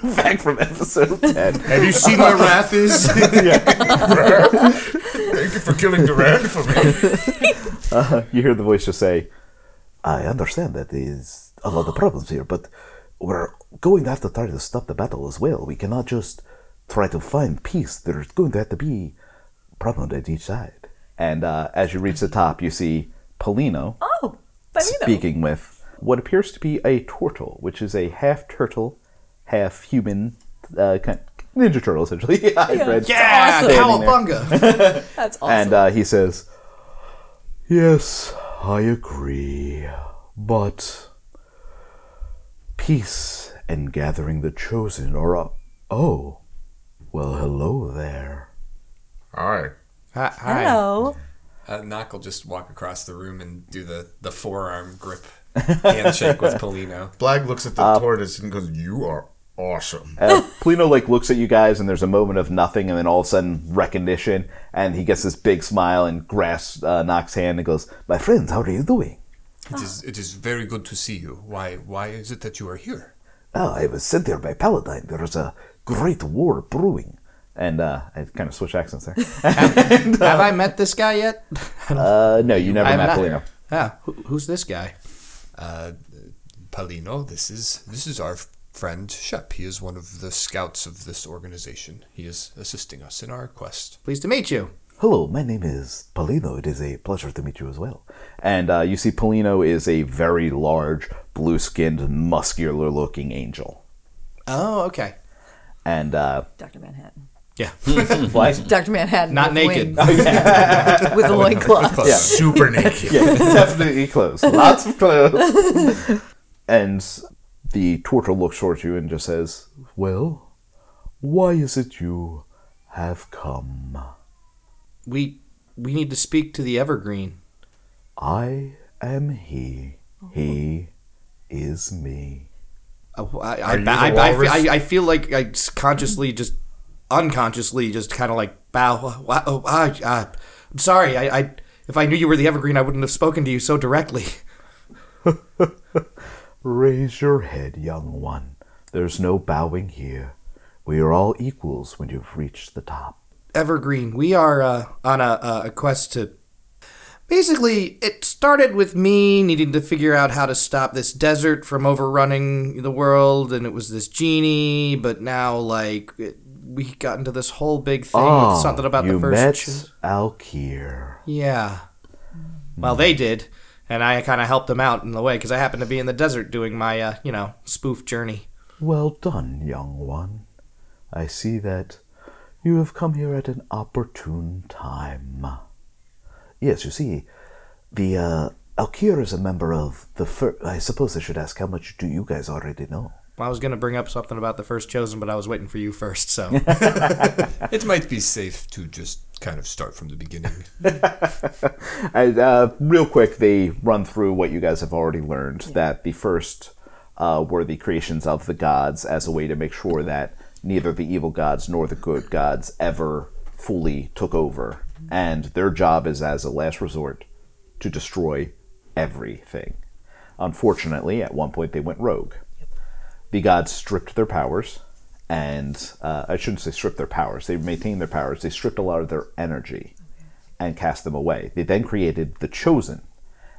Speaker 2: back from episode 10.
Speaker 6: Have you seen my wrath is? Thank you for killing Durand for me.
Speaker 2: you hear the voice just say, I understand that is a lot of problems here, but we're going to have to try to stop the battle as well. We cannot just try to find peace. There's going to have to be problems at each side. And uh, as you reach the top, you see Polino
Speaker 5: Oh, but you know.
Speaker 2: speaking with what appears to be a turtle, which is a half turtle, half human uh, kind ninja turtle, essentially. I read-
Speaker 3: Yeah,
Speaker 5: Awesome.
Speaker 3: cowabunga.
Speaker 5: That's awesome.
Speaker 2: and uh, he says, Yes, I agree, but peace and gathering the chosen are. A- oh, Well, hello there.
Speaker 6: All right.
Speaker 3: Hi.
Speaker 5: Hello.
Speaker 4: Uh, Knock will just walk across the room and do the, the forearm grip handshake with Polino.
Speaker 6: Blag looks at the tortoise and goes, "You are awesome."
Speaker 2: Uh, Polino like looks at you guys, and there's a moment of nothing, and then all of a sudden recognition, and he gets this big smile and grasps uh, Nock's hand and goes, "My friends, how are you doing?
Speaker 4: It is it is very good to see you. Why why is it that you are here?
Speaker 2: Oh, I was sent there by Paladine. There is a great war brewing." And uh, I kind of switch accents there.
Speaker 3: Have I met this guy yet?
Speaker 2: Uh, no, you never
Speaker 3: I have
Speaker 2: met
Speaker 3: not.
Speaker 2: Polino.
Speaker 3: Ah, who, who's this guy?
Speaker 4: Uh, Palino, this is this is our friend Shep. He is one of the scouts of this organization. He is assisting us in our quest.
Speaker 3: Pleased to meet you.
Speaker 2: Hello, my name is Polino. It is a pleasure to meet you as well. And uh, you see, Polino is a very large, blue skinned, muscular looking angel.
Speaker 3: Oh, okay.
Speaker 2: And uh,
Speaker 5: Dr. Manhattan.
Speaker 3: Yeah.
Speaker 2: what?
Speaker 5: Dr. Manhattan.
Speaker 3: Not
Speaker 5: with
Speaker 3: naked.
Speaker 5: wings. with a loincloth.
Speaker 4: Close.
Speaker 6: Super naked.
Speaker 2: yeah, definitely clothes. Lots of clothes. and the turtle looks towards you and just says, Well, why is it you have come?
Speaker 3: We we need to speak to the Evergreen.
Speaker 2: I am he. He is me.
Speaker 3: Uh, I, I,
Speaker 6: you
Speaker 3: ba-
Speaker 6: the
Speaker 3: I, I,
Speaker 6: walrus?
Speaker 3: I, I feel like I s- consciously just unconsciously just kind of like bow. Wha- wha- Oh, ah, ah, I'm sorry. I, I if I knew you were the Evergreen, I wouldn't have spoken to you so directly.
Speaker 2: Raise your head, young one. There's no bowing here. We are all equals when you've reached the top.
Speaker 3: Evergreen, we are uh, on a, a- a quest to. Basically, it started with me needing to figure out how to stop this desert from overrunning the world, and it was this genie, but now, like, it, we got into this whole big thing
Speaker 6: Oh,
Speaker 3: with something about
Speaker 2: Ah, you
Speaker 3: the first.
Speaker 2: met
Speaker 3: ch-
Speaker 2: Alkir.
Speaker 3: yeah. Well, they did, and I kind of helped them out in the way because I happened to be in the desert doing my, uh, you know, spoof journey.
Speaker 2: Well done, young one. I see that you have come here at an opportune time. Yes, you see, the uh, Alkir is a member of the first. I suppose I should ask how much do you guys already know?
Speaker 3: I was going to bring up something about the first chosen, but I was waiting for you first, so.
Speaker 4: It might be safe to just kind of start from the beginning.
Speaker 2: And, uh, real quick, they run through what you guys have already learned that the first uh, were the creations of the gods as a way to make sure that neither the evil gods nor the good gods ever fully took over. And their job is, as a last resort, to destroy everything. Unfortunately, at one point they went rogue. The gods stripped their powers, and uh, I shouldn't say stripped their powers, they maintained their powers, they stripped a lot of their energy and cast them away. They then created the chosen.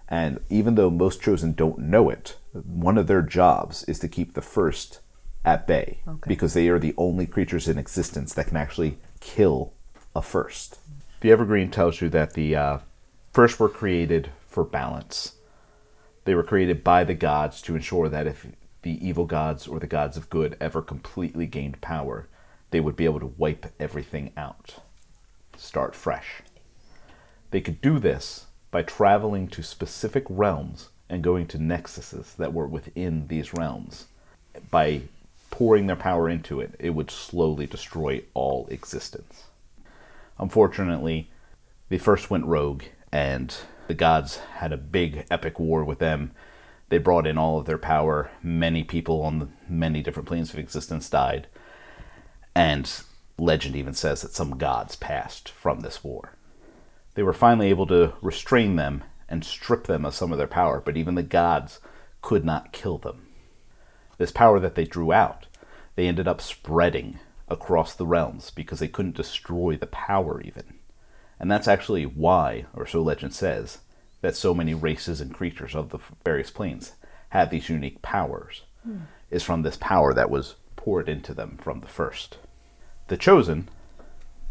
Speaker 2: And even though most chosen don't know it, one of their jobs is to keep the first at bay because they are the only creatures in existence that can actually kill a first. The Evergreen tells you that the uh, first were created for balance. They were created by the gods to ensure that if the evil gods or the gods of good ever completely gained power, they would be able to wipe everything out, start fresh. They could do this by traveling to specific realms and going to nexuses that were within these realms. By pouring their power into it, it would slowly destroy all existence. Unfortunately, they first went rogue, and the gods had a big epic war with them. They brought in all of their power. Many people on the many different planes of existence died. And legend even says that some gods passed from this war they were finally able to restrain them and strip them of some of their power, but even the gods could not kill them. This power that they drew out, they ended up spreading across the realms because they couldn't destroy the power even. And that's actually why, or so legend says, that so many races and creatures of the various planes have these unique powers, is from this power that was poured into them from the first. The chosen,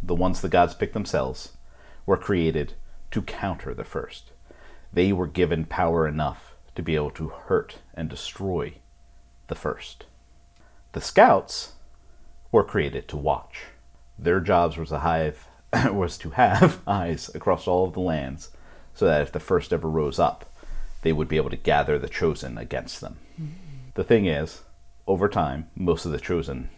Speaker 2: the ones the gods picked themselves, were created to counter the first. They were given power enough to be able to hurt and destroy the first. The scouts were created to watch. Their jobs was to hive was to have eyes across all of the lands so that if the first ever rose up, they would be able to gather the chosen against them. The thing is, over time, most of the chosen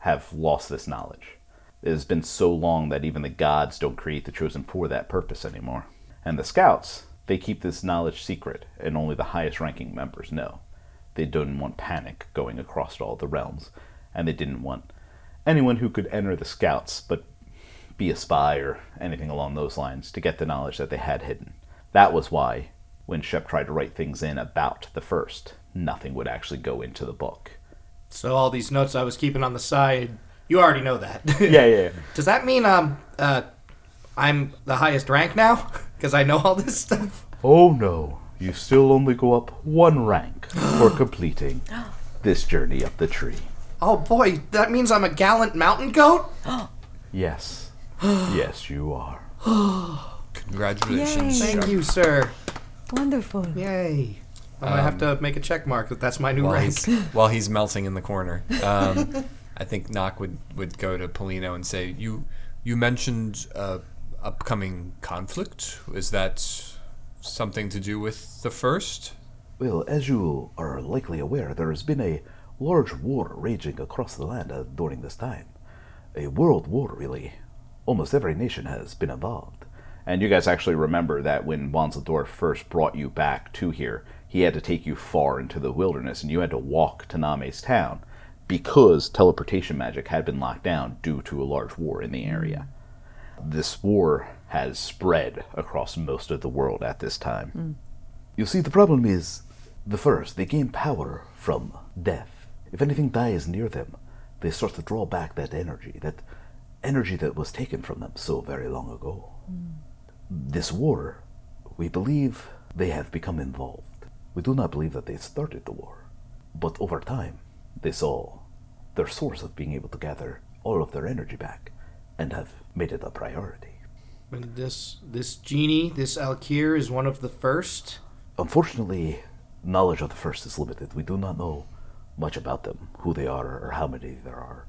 Speaker 2: have lost this knowledge It has been so long that even the gods don't create the chosen for that purpose anymore. And the scouts, they keep this knowledge secret, and only the highest ranking members know. They didn't want panic going across all the realms, and they didn't want anyone who could enter the scouts but be a spy or anything along those lines to get the knowledge that they had hidden. That was why, when Shep tried to write things in about the first, nothing would actually go into the book.
Speaker 3: So all these notes I was keeping on the side, you already know that.
Speaker 2: Yeah, yeah, yeah.
Speaker 3: Does that mean um uh, I'm the highest rank now because I know all this stuff?
Speaker 2: Oh no, you still only go up one rank for completing this journey up the tree.
Speaker 3: Oh boy, that means I'm a gallant mountain goat.
Speaker 2: Yes. yes, you are.
Speaker 4: Congratulations.
Speaker 3: Thank you, sir.
Speaker 5: Wonderful.
Speaker 3: Yay. I'm gonna have to make a check mark that that's my new
Speaker 4: While
Speaker 3: rank.
Speaker 4: he's, while he's melting in the corner, um, I think Nock would, would go to Polino and say, "You you mentioned uh, upcoming conflict. Is that something to do with the first?
Speaker 2: Well, as you are likely aware, there has been a large war raging across the land uh, during this time. A world war, really. Almost every nation has been involved. And you guys actually remember that when Wanzeldorf first brought you back to here, he had to take you far into the wilderness, and you had to walk to Name's town because teleportation magic had been locked down due to a large war in the area. This war has spread across most of the world at this time. You see, the problem is the first, they gain power from death. If anything dies near them, they start to draw back that energy, that energy that was taken from them so very long ago. This war, we believe they have become involved. We do not believe that they started the war, but over time, they saw their source of being able to gather all of their energy back and have made it a priority.
Speaker 3: And this this genie, this Alkir, is one of the first.
Speaker 2: Unfortunately, knowledge of the first is limited. We do not know much about them, who they are, or how many there are.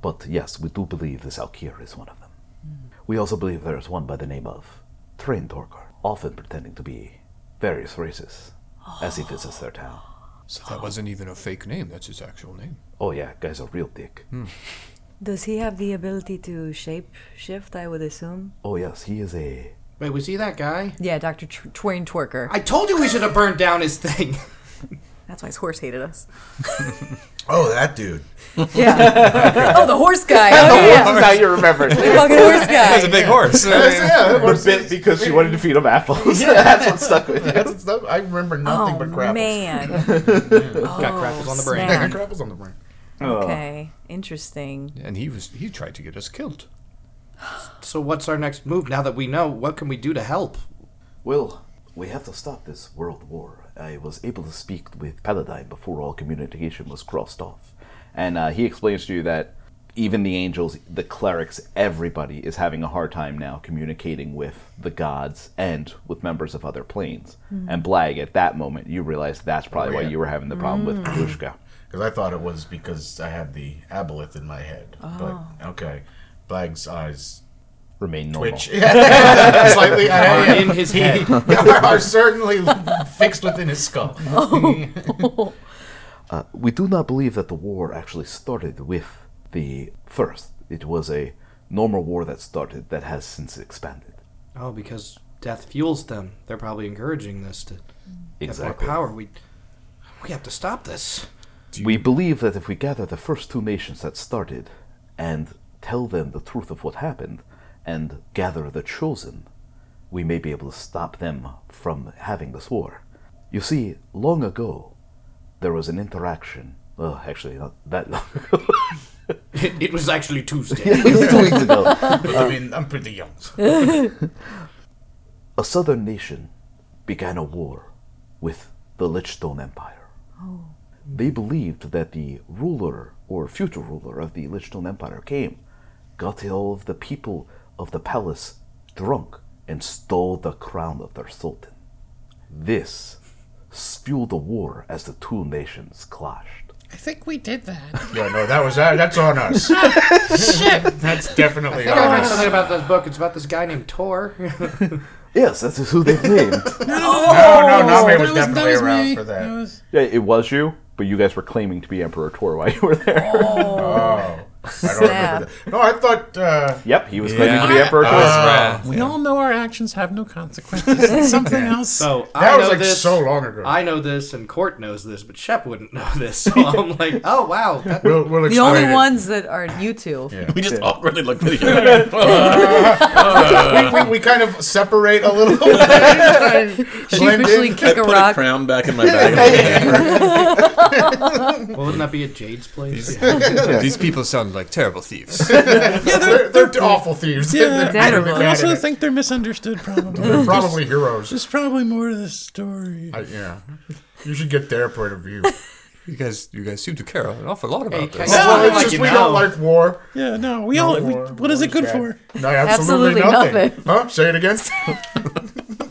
Speaker 2: But yes, we do believe this Alkir is one of them. We also believe there is one by the name of Train Torkor, often pretending to be various races as he visits their town.
Speaker 4: So that wasn't even a fake name. That's his actual name.
Speaker 2: Oh yeah, guy's a real dick.
Speaker 5: Does he have the ability to shape shift? I would assume.
Speaker 2: Oh yes, he is a.
Speaker 3: Wait, was he that guy?
Speaker 5: Yeah, Doctor Tr- Twain Twerker.
Speaker 3: I told you we should have burned down his thing.
Speaker 5: That's why his horse hated us.
Speaker 6: Oh, that dude.
Speaker 5: Yeah. oh, the horse guy. Oh, yeah.
Speaker 2: Now you remember
Speaker 5: The fucking horse
Speaker 4: That's a
Speaker 5: guy.
Speaker 4: big horse.
Speaker 2: bit because she wanted to feed him apples. That's what stuck with you.
Speaker 6: That's, that, I remember nothing
Speaker 5: Oh
Speaker 6: but grapples.
Speaker 5: man.
Speaker 3: Got crapples on the brain.
Speaker 5: snap.
Speaker 6: Grapples on the brain.
Speaker 5: Okay. Interesting.
Speaker 4: and he was he tried to get us killed.
Speaker 3: So what's our next move now that we know? What can we do to help?
Speaker 2: Well, we have to stop this world war. I was able to speak with Paladine before all communication was crossed off. And uh, he explains to you that even the angels, the clerics, everybody is having a hard time now communicating with the gods and with members of other planes. And Blag, at that moment, you realize that's probably why
Speaker 6: yeah.
Speaker 2: you were having the problem with Kalushka.
Speaker 6: Because I thought it was because I had the aboleth in my head. But okay, Blag's eyes
Speaker 2: Remain normal.
Speaker 6: twitch slightly.
Speaker 3: Or
Speaker 6: I,
Speaker 3: in his head.
Speaker 6: are certainly fixed within his skull.
Speaker 2: Uh, we do not believe that the war actually started with the first. It was a normal war that started that has since expanded.
Speaker 3: Oh, because death fuels them. They're probably encouraging this to get more power. We we have to stop this.
Speaker 2: We believe that if we gather the first two nations that started and tell them the truth of what happened and gather the chosen, we may be able to stop them from having this war. You see, long ago, there was an interaction. Well, actually, not that long ago.
Speaker 3: It, it was actually Tuesday.
Speaker 2: two weeks ago.
Speaker 6: I mean, I'm pretty young.
Speaker 2: A southern nation began a war with the Lichstone Empire. They believed that the ruler or future ruler of the Lichstone Empire came, got all of the people of the palace drunk, and stole the crown of their sultan. This fueled the war as the two nations clashed.
Speaker 7: I think we did that.
Speaker 6: Yeah, no, that was that. That's on us.
Speaker 7: Shit.
Speaker 6: That's definitely
Speaker 3: I think I
Speaker 6: on
Speaker 3: read
Speaker 6: us.
Speaker 3: something about this book. It's about this guy named Tor.
Speaker 2: Yes, that is who they named.
Speaker 6: Oh, No, no, Name was
Speaker 7: That was- that
Speaker 6: definitely
Speaker 7: was
Speaker 6: around
Speaker 7: me.
Speaker 6: for
Speaker 7: That
Speaker 6: that.
Speaker 7: was-
Speaker 2: yeah, it was you, but you guys were claiming to be Emperor Tor while you were there.
Speaker 6: Oh, I don't remember that. No, I thought. Uh,
Speaker 10: Yep, he was
Speaker 4: Yeah.
Speaker 10: claiming to be Emperor Coruscant.
Speaker 7: We all know our actions have no consequences. It's something else.
Speaker 3: So I
Speaker 6: That was
Speaker 3: know
Speaker 6: like
Speaker 3: this.
Speaker 6: so long ago.
Speaker 3: I know this, and Court knows this, but Shep wouldn't know this. So I'm like, oh wow, that-
Speaker 6: we'll, we'll
Speaker 5: The
Speaker 6: explain
Speaker 5: only
Speaker 6: it.
Speaker 5: ones that are you two.
Speaker 8: We just awkwardly looked at each other.
Speaker 6: We, we kind of separate a little. bit. Blend
Speaker 5: Sheepishly
Speaker 6: in.
Speaker 5: kick a
Speaker 8: Put a
Speaker 5: rock.
Speaker 8: crown back in my bag.
Speaker 3: well, wouldn't that be at Jade's place?
Speaker 4: These people sound like terrible thieves.
Speaker 6: They're, they're awful thieves.
Speaker 7: Yeah.
Speaker 6: They're pretty
Speaker 5: Terrible.
Speaker 7: I
Speaker 6: bad at
Speaker 7: also
Speaker 6: it.
Speaker 7: think they're misunderstood, probably.
Speaker 6: They're probably heroes.
Speaker 7: There's probably more to this story.
Speaker 6: I, yeah. You should get their point of view.
Speaker 4: You guys, you guys seem to care an awful lot about
Speaker 3: Hey,
Speaker 4: this.
Speaker 3: guys.
Speaker 6: Well, it's
Speaker 3: like
Speaker 6: just
Speaker 3: you
Speaker 6: we
Speaker 3: know.
Speaker 6: don't like war.
Speaker 7: Yeah, no, we all. We,
Speaker 6: War-
Speaker 7: what is
Speaker 6: war
Speaker 7: it good
Speaker 6: bad.
Speaker 7: for?
Speaker 6: No, absolutely, nothing.
Speaker 5: Absolutely nothing.
Speaker 6: Huh? Say it again.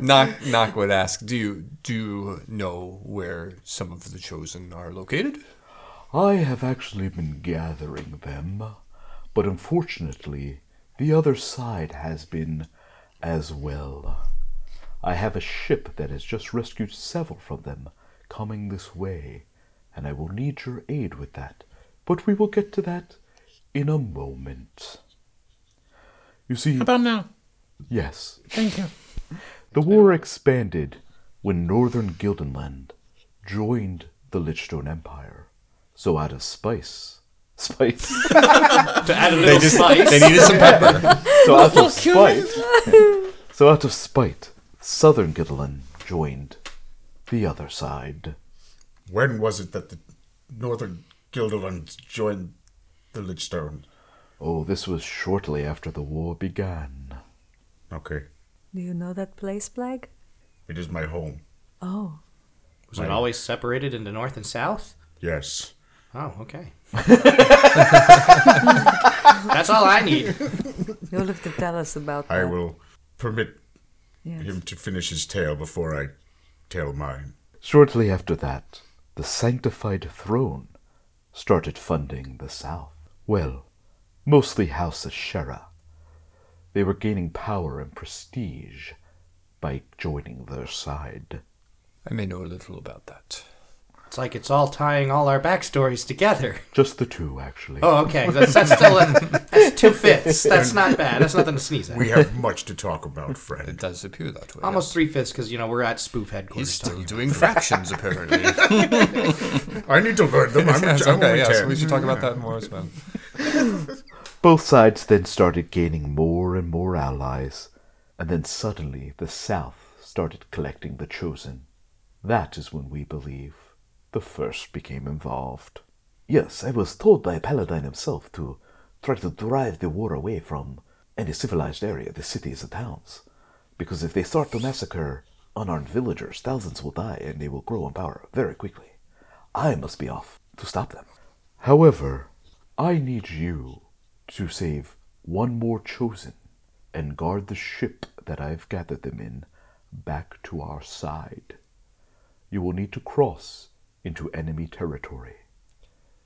Speaker 4: Knock, knock would ask. Do you do you know where some of the chosen are located?
Speaker 2: I have actually been gathering them, but unfortunately, the other side has been as well. I have a ship that has just rescued several from them coming this way, and I will need your aid with that, but we will get to that in a moment. You see,
Speaker 7: How about now?
Speaker 2: yes,
Speaker 7: Thank you.
Speaker 2: the war expanded when northern Gildenland joined the Lichstone Empire. So out of spice, spice.
Speaker 3: to add a little spice.
Speaker 4: They needed some pepper.
Speaker 2: So out of spite, so out of spite, Southern Gideon joined the other side.
Speaker 6: When was it that the Northern Gilderlands joined the Lidstone?
Speaker 2: Oh, this was shortly after the war began.
Speaker 6: Okay.
Speaker 5: Do you know that place, Plague?
Speaker 6: It is my home.
Speaker 5: Oh.
Speaker 3: Was it always separated into north and south?
Speaker 6: Yes.
Speaker 3: Oh, okay. That's all I need.
Speaker 5: You'll have to tell us about
Speaker 6: I
Speaker 4: Oh.
Speaker 5: that.
Speaker 6: will permit
Speaker 5: Yes.
Speaker 6: him to finish his tale before I tell mine.
Speaker 2: Shortly after that, the Sanctified Throne started funding the South. Well, mostly House Ashera. They were gaining power and prestige by joining their side.
Speaker 4: I may know a little about that.
Speaker 3: It's like it's all tying all our backstories together.
Speaker 2: Just the two, actually.
Speaker 3: Oh, okay. That's, that's still a, that's two fifths. That's not bad. That's nothing to sneeze at.
Speaker 6: We have much to talk about,
Speaker 4: It
Speaker 6: friend.
Speaker 4: does appear that way.
Speaker 3: Almost
Speaker 4: yes.
Speaker 3: three fifths because you know we're at spoof headquarters.
Speaker 4: He's still doing fractions, apparently.
Speaker 6: I need to learn them. I'm,
Speaker 4: Yes,
Speaker 6: a, I'm
Speaker 4: okay,
Speaker 6: only
Speaker 4: yes,
Speaker 6: ten.
Speaker 4: we should talk about that more as well.
Speaker 2: Both sides then started gaining more and more allies, and then suddenly the South started collecting the chosen. That is when we believe the first became involved. Yes, I was told by Paladine himself to try to drive the war away from any civilized area, the cities and towns, because if they start to massacre unarmed villagers, thousands will die and they will grow in power very quickly. I must be off to stop them. However, I need you to save one more chosen and guard the ship that I've gathered them in back to our side. You will need to cross into enemy territory.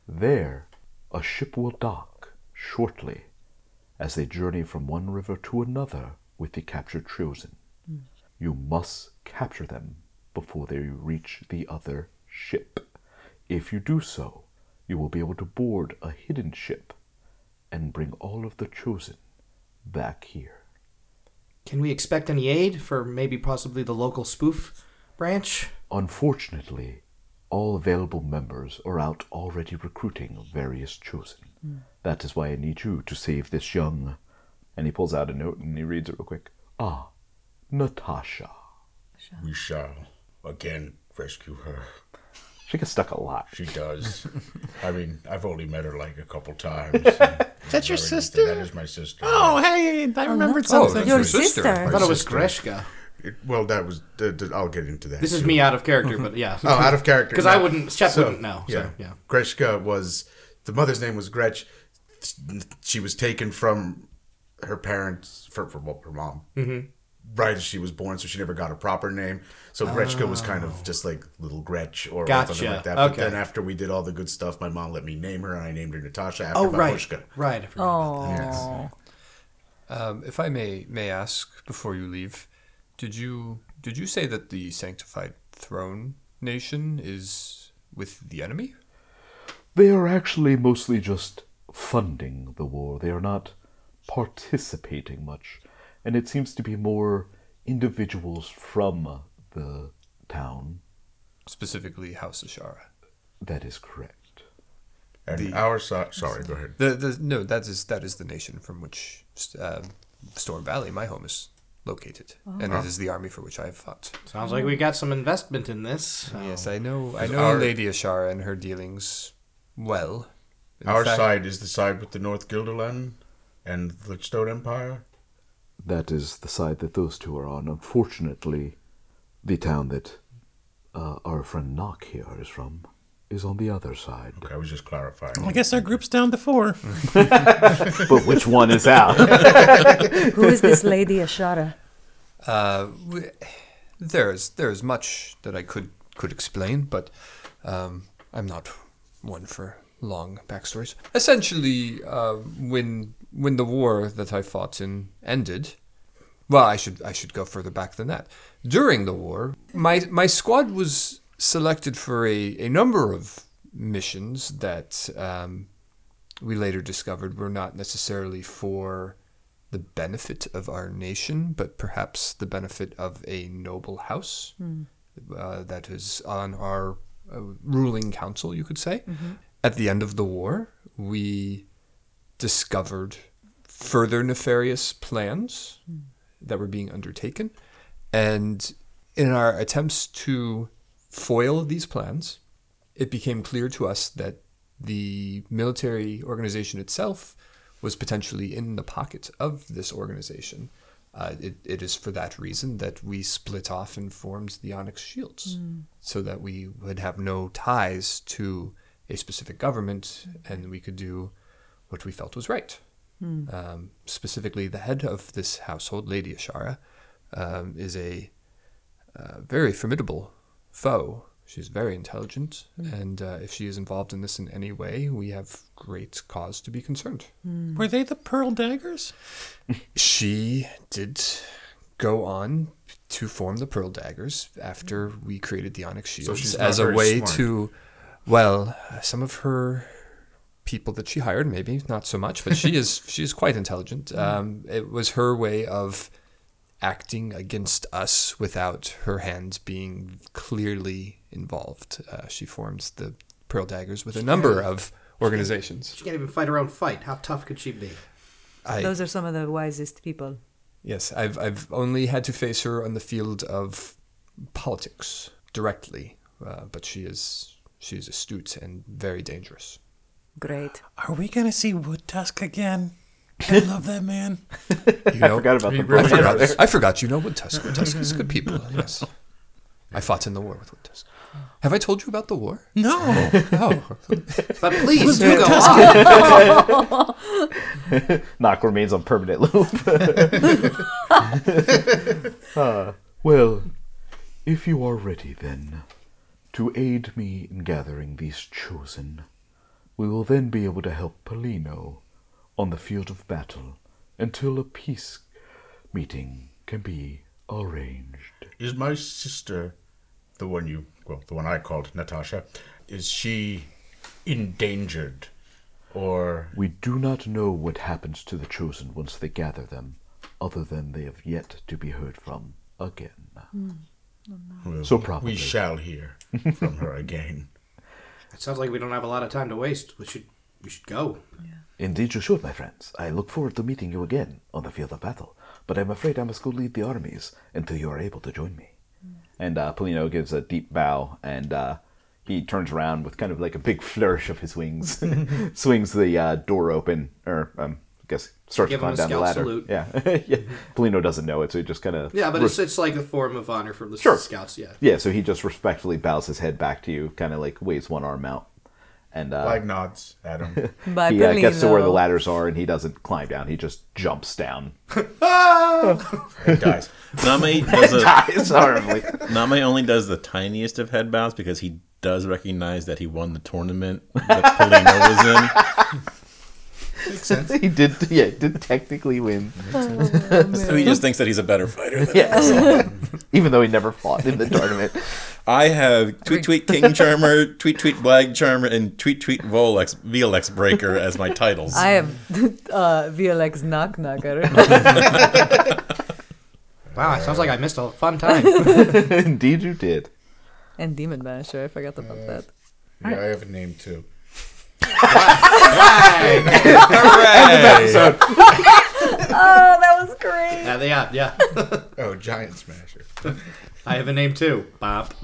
Speaker 2: There, a ship will dock shortly as they journey from one river to another with the captured chosen. You must capture them before they reach the other ship. If you do so, you will be able to board a hidden ship and bring all of the chosen back here.
Speaker 3: Can we expect any aid for maybe possibly the local spoof branch?
Speaker 2: Unfortunately, all available members are out already recruiting various chosen. That is why I need you to save this young. And he pulls out a note and he reads it real quick. Ah, Natasha.
Speaker 6: We shall again rescue her.
Speaker 2: She gets stuck a lot.
Speaker 6: She does. I mean, I've only met her like a couple times. Is
Speaker 7: that your sister?
Speaker 6: That is my sister.
Speaker 7: Oh, hey, I remembered
Speaker 4: Oh,
Speaker 7: something.
Speaker 4: that's
Speaker 5: Your
Speaker 4: her sister.
Speaker 5: sister.
Speaker 6: My
Speaker 3: I thought it was
Speaker 6: sister.
Speaker 3: Greshka.
Speaker 6: It, well, that was. Uh, d- I'll get into that.
Speaker 3: This is me out of character, but yeah.
Speaker 6: Oh, out of character.
Speaker 3: Because I wouldn't, Shep wouldn't know. So,
Speaker 6: yeah.
Speaker 3: yeah.
Speaker 6: Greshka was the mother's name was Gretch. She was taken from her parents for, for well, her mom. Mm-hmm. Right as she was born, so she never got a proper name. So Gretchka was kind of just like little Gretch or something
Speaker 3: Oh. Gotcha.
Speaker 6: like that. But
Speaker 3: Okay.
Speaker 6: then after we did all the good stuff, my mom let me name her, and I named her Natasha after
Speaker 3: Oh, right.
Speaker 6: Babushka.
Speaker 3: Right. I forgot about
Speaker 5: Oh.
Speaker 3: that.
Speaker 4: Um, if I may, may ask before you leave, did you did you say that the sanctified throne nation is with the enemy?
Speaker 11: They are actually mostly just funding the war. They are not participating much. And it seems to be more individuals from the town.
Speaker 4: Specifically, House Ashara.
Speaker 11: That is correct.
Speaker 6: And our side. Sorry, go ahead.
Speaker 4: The, the, no, that is that is the nation from which uh, Storm Valley, my home, is located, and
Speaker 3: Oh.
Speaker 4: it is the army for which I have fought.
Speaker 3: Sounds like we got some investment in this. so-
Speaker 4: Yes, I know. I
Speaker 6: Is
Speaker 4: know
Speaker 6: Oh. our-
Speaker 4: Lady Ashara and her dealings well. In
Speaker 6: Our
Speaker 4: fact-
Speaker 6: side is the side with the North Gilderland and the Stone Empire.
Speaker 11: That is the side that those two are on. Unfortunately, the town that uh, our friend Nock here is from is on the other side.
Speaker 6: Okay, I was just clarifying.
Speaker 7: I guess our group's down to four.
Speaker 4: Mm-hmm.
Speaker 11: but which one is out?
Speaker 5: Who is this lady Ashara?
Speaker 4: Uh, w- there's there's much that I could could explain, but um, I'm not one for long backstories. Essentially, uh, when when the war that I fought in ended, well, I should I should go further back than that. During the war, my my squad was selected for a, a number of missions that um, we later discovered were not necessarily for the benefit of our nation, but perhaps the benefit of a noble house
Speaker 12: Hmm.
Speaker 4: uh, that is on our uh, ruling council, you could say. At the end of the war, we discovered further nefarious plans that were being undertaken. And in our attempts to foil these plans, it became clear to us that the military organization itself was potentially in the pocket of this organization. Uh, it, it is for that reason that we split off and formed the Onyx Shields
Speaker 12: Mm.
Speaker 4: so that we would have no ties to a specific government and we could do what we felt was right.
Speaker 12: Mm.
Speaker 4: Um, specifically, the head of this household, Lady Ashara, um, is a uh, very formidable foe. She's very intelligent, and uh, if she is involved in this in any way, we have great cause to be concerned.
Speaker 7: Were they the pearl daggers?
Speaker 4: She did go on to form the Pearl Daggers after we created the Onyx
Speaker 6: So
Speaker 4: Shields
Speaker 6: she's not
Speaker 4: as a
Speaker 6: very
Speaker 4: way
Speaker 6: smart.
Speaker 4: to, well, uh, some of her people that she hired, maybe not so much, but she is she is quite intelligent.
Speaker 6: Mm-hmm.
Speaker 4: Um, it was her way of acting against us without her hands being clearly involved. Uh, she forms the Pearl Daggers with a number of organizations.
Speaker 3: She can't even fight her own fight. How tough could she be?
Speaker 4: I-
Speaker 12: Those are some of the wisest people.
Speaker 4: Yes, I've I've only had to face her on the field of politics directly, uh, but she is she is astute and very dangerous.
Speaker 5: Great.
Speaker 7: Are we gonna see Wood Tusk again? I love that man.
Speaker 4: You know,
Speaker 7: forgot about
Speaker 4: I
Speaker 7: the Brothers.
Speaker 4: forgot, I forgot you know Wood Tusk. Wood Tusk is good people. Yes, I fought in the war with Wood Tusk. Have I told you about the war?
Speaker 7: No.
Speaker 4: Oh.
Speaker 3: But please
Speaker 7: Was
Speaker 3: do
Speaker 7: Wood
Speaker 3: go on.
Speaker 11: Tusk- Knock remains on permanent loop. Uh, well, if you are ready, then, to aid me in gathering these chosen, we will then be able to help Polino on the field of battle until a peace meeting can be arranged.
Speaker 6: Is my sister, the one you, well, the one I called Natasha, is she endangered? Or
Speaker 11: We do not know what happens to the chosen once they gather them, other than they have yet to be heard from again.
Speaker 6: Well,
Speaker 11: So
Speaker 6: we-
Speaker 11: probably.
Speaker 6: we shall hear from her again.
Speaker 3: It sounds like we don't have a lot of time to waste. We should we should go.
Speaker 11: Indeed, you should, my friends. I look forward to meeting you again on the field of battle, but I'm afraid I must go lead the armies until you are able to join me.
Speaker 2: And uh, Polino gives a deep bow and uh, he turns around with kind of like a big flourish of his wings, swings the uh, door open, or um, I guess starts
Speaker 3: Give
Speaker 2: to
Speaker 3: him
Speaker 2: climb
Speaker 3: a
Speaker 2: down the
Speaker 3: scout
Speaker 2: ladder.
Speaker 3: salute.
Speaker 2: Yeah. yeah. Polino doesn't know it, so he just kind of.
Speaker 3: Yeah, but it's it's like a form of honor from the
Speaker 2: Sure.
Speaker 3: scouts. Yeah.
Speaker 2: Yeah, so he just respectfully bows his head back to you, kind of like waves one arm out. And uh,
Speaker 6: Flag nods at him.
Speaker 12: Bye,
Speaker 2: he uh, gets to where the
Speaker 12: Polino.
Speaker 2: ladders are, and he doesn't climb down. He just jumps down.
Speaker 6: and dies.
Speaker 8: Name does a,
Speaker 2: dies horribly.
Speaker 8: Name only does the tiniest of head bows because he does recognize that he won the tournament that Polino was in.
Speaker 2: he did, yeah, he did technically win.
Speaker 8: So he just thinks that he's a better fighter than
Speaker 2: Yeah.
Speaker 8: us.
Speaker 2: Even though he never fought in the tournament.
Speaker 8: I have Tweet Tweet King Charmer, Tweet Tweet Blag Charmer, and Tweet Tweet Volex VLX Breaker as my titles.
Speaker 5: I have uh, VLX knock knocker.
Speaker 3: Wow, it sounds like I missed a fun time.
Speaker 2: Indeed, you did.
Speaker 5: and demon banisher. I forgot about that.
Speaker 6: Yeah, I have a name too.
Speaker 3: Hooray!
Speaker 5: oh, that was great.
Speaker 3: Yeah, they are, yeah.
Speaker 6: oh, Giant Smasher.
Speaker 3: I have a name too. Bob.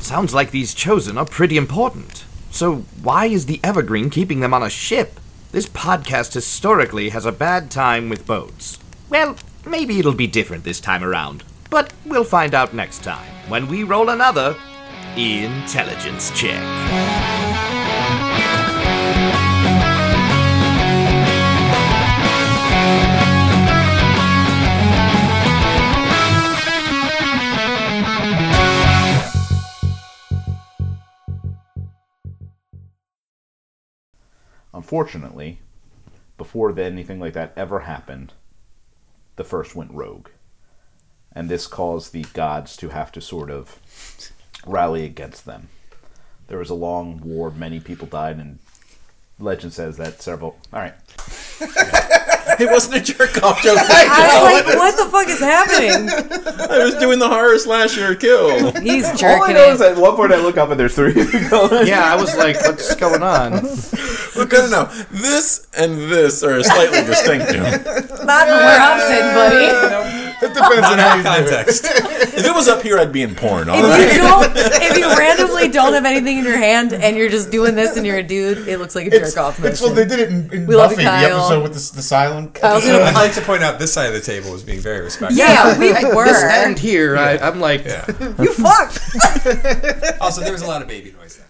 Speaker 1: Sounds like these chosen are pretty important. So, why is the Evergreen keeping them on a ship? This podcast historically has a bad time with boats. Well, maybe it'll be different this time around, but we'll find out next time when we roll another intelligence check.
Speaker 2: Unfortunately, before that anything like that ever happened, the first went rogue. And this caused the gods to have to sort of rally against them. There was a long war, many people died, and legend says that several. Alright.
Speaker 8: it wasn't a jerk off joke.
Speaker 5: I was like, what the fuck is happening?
Speaker 8: I was doing the horror slasher kill.
Speaker 5: He's
Speaker 2: All I
Speaker 5: jerking
Speaker 2: know
Speaker 5: it.
Speaker 2: is at one point I look up and there's three of you going.
Speaker 3: Yeah, I was like, what's going on?
Speaker 8: Because no, this and this are slightly distinctive.
Speaker 5: Not from where I'm sitting, buddy.
Speaker 6: It depends on how you do it.
Speaker 8: Context. If it was up here, I'd be in porn. All right.
Speaker 5: If you don't, if you randomly don't have anything in your hand and you're just doing this and you're a dude, it looks like a
Speaker 6: It's,
Speaker 5: jerk off
Speaker 6: it's well, they
Speaker 5: motion.
Speaker 6: did it in, in
Speaker 5: We love
Speaker 6: Buffy,
Speaker 5: you,
Speaker 6: the
Speaker 5: Kyle.
Speaker 6: episode with the, the silent.
Speaker 5: Kyle's gonna
Speaker 4: I'd like to point out this side of the table was being very respectful.
Speaker 5: Yeah, we were.
Speaker 3: This end here, I, I'm like,
Speaker 5: You fucked.
Speaker 4: Also, there was a lot of baby noise. There.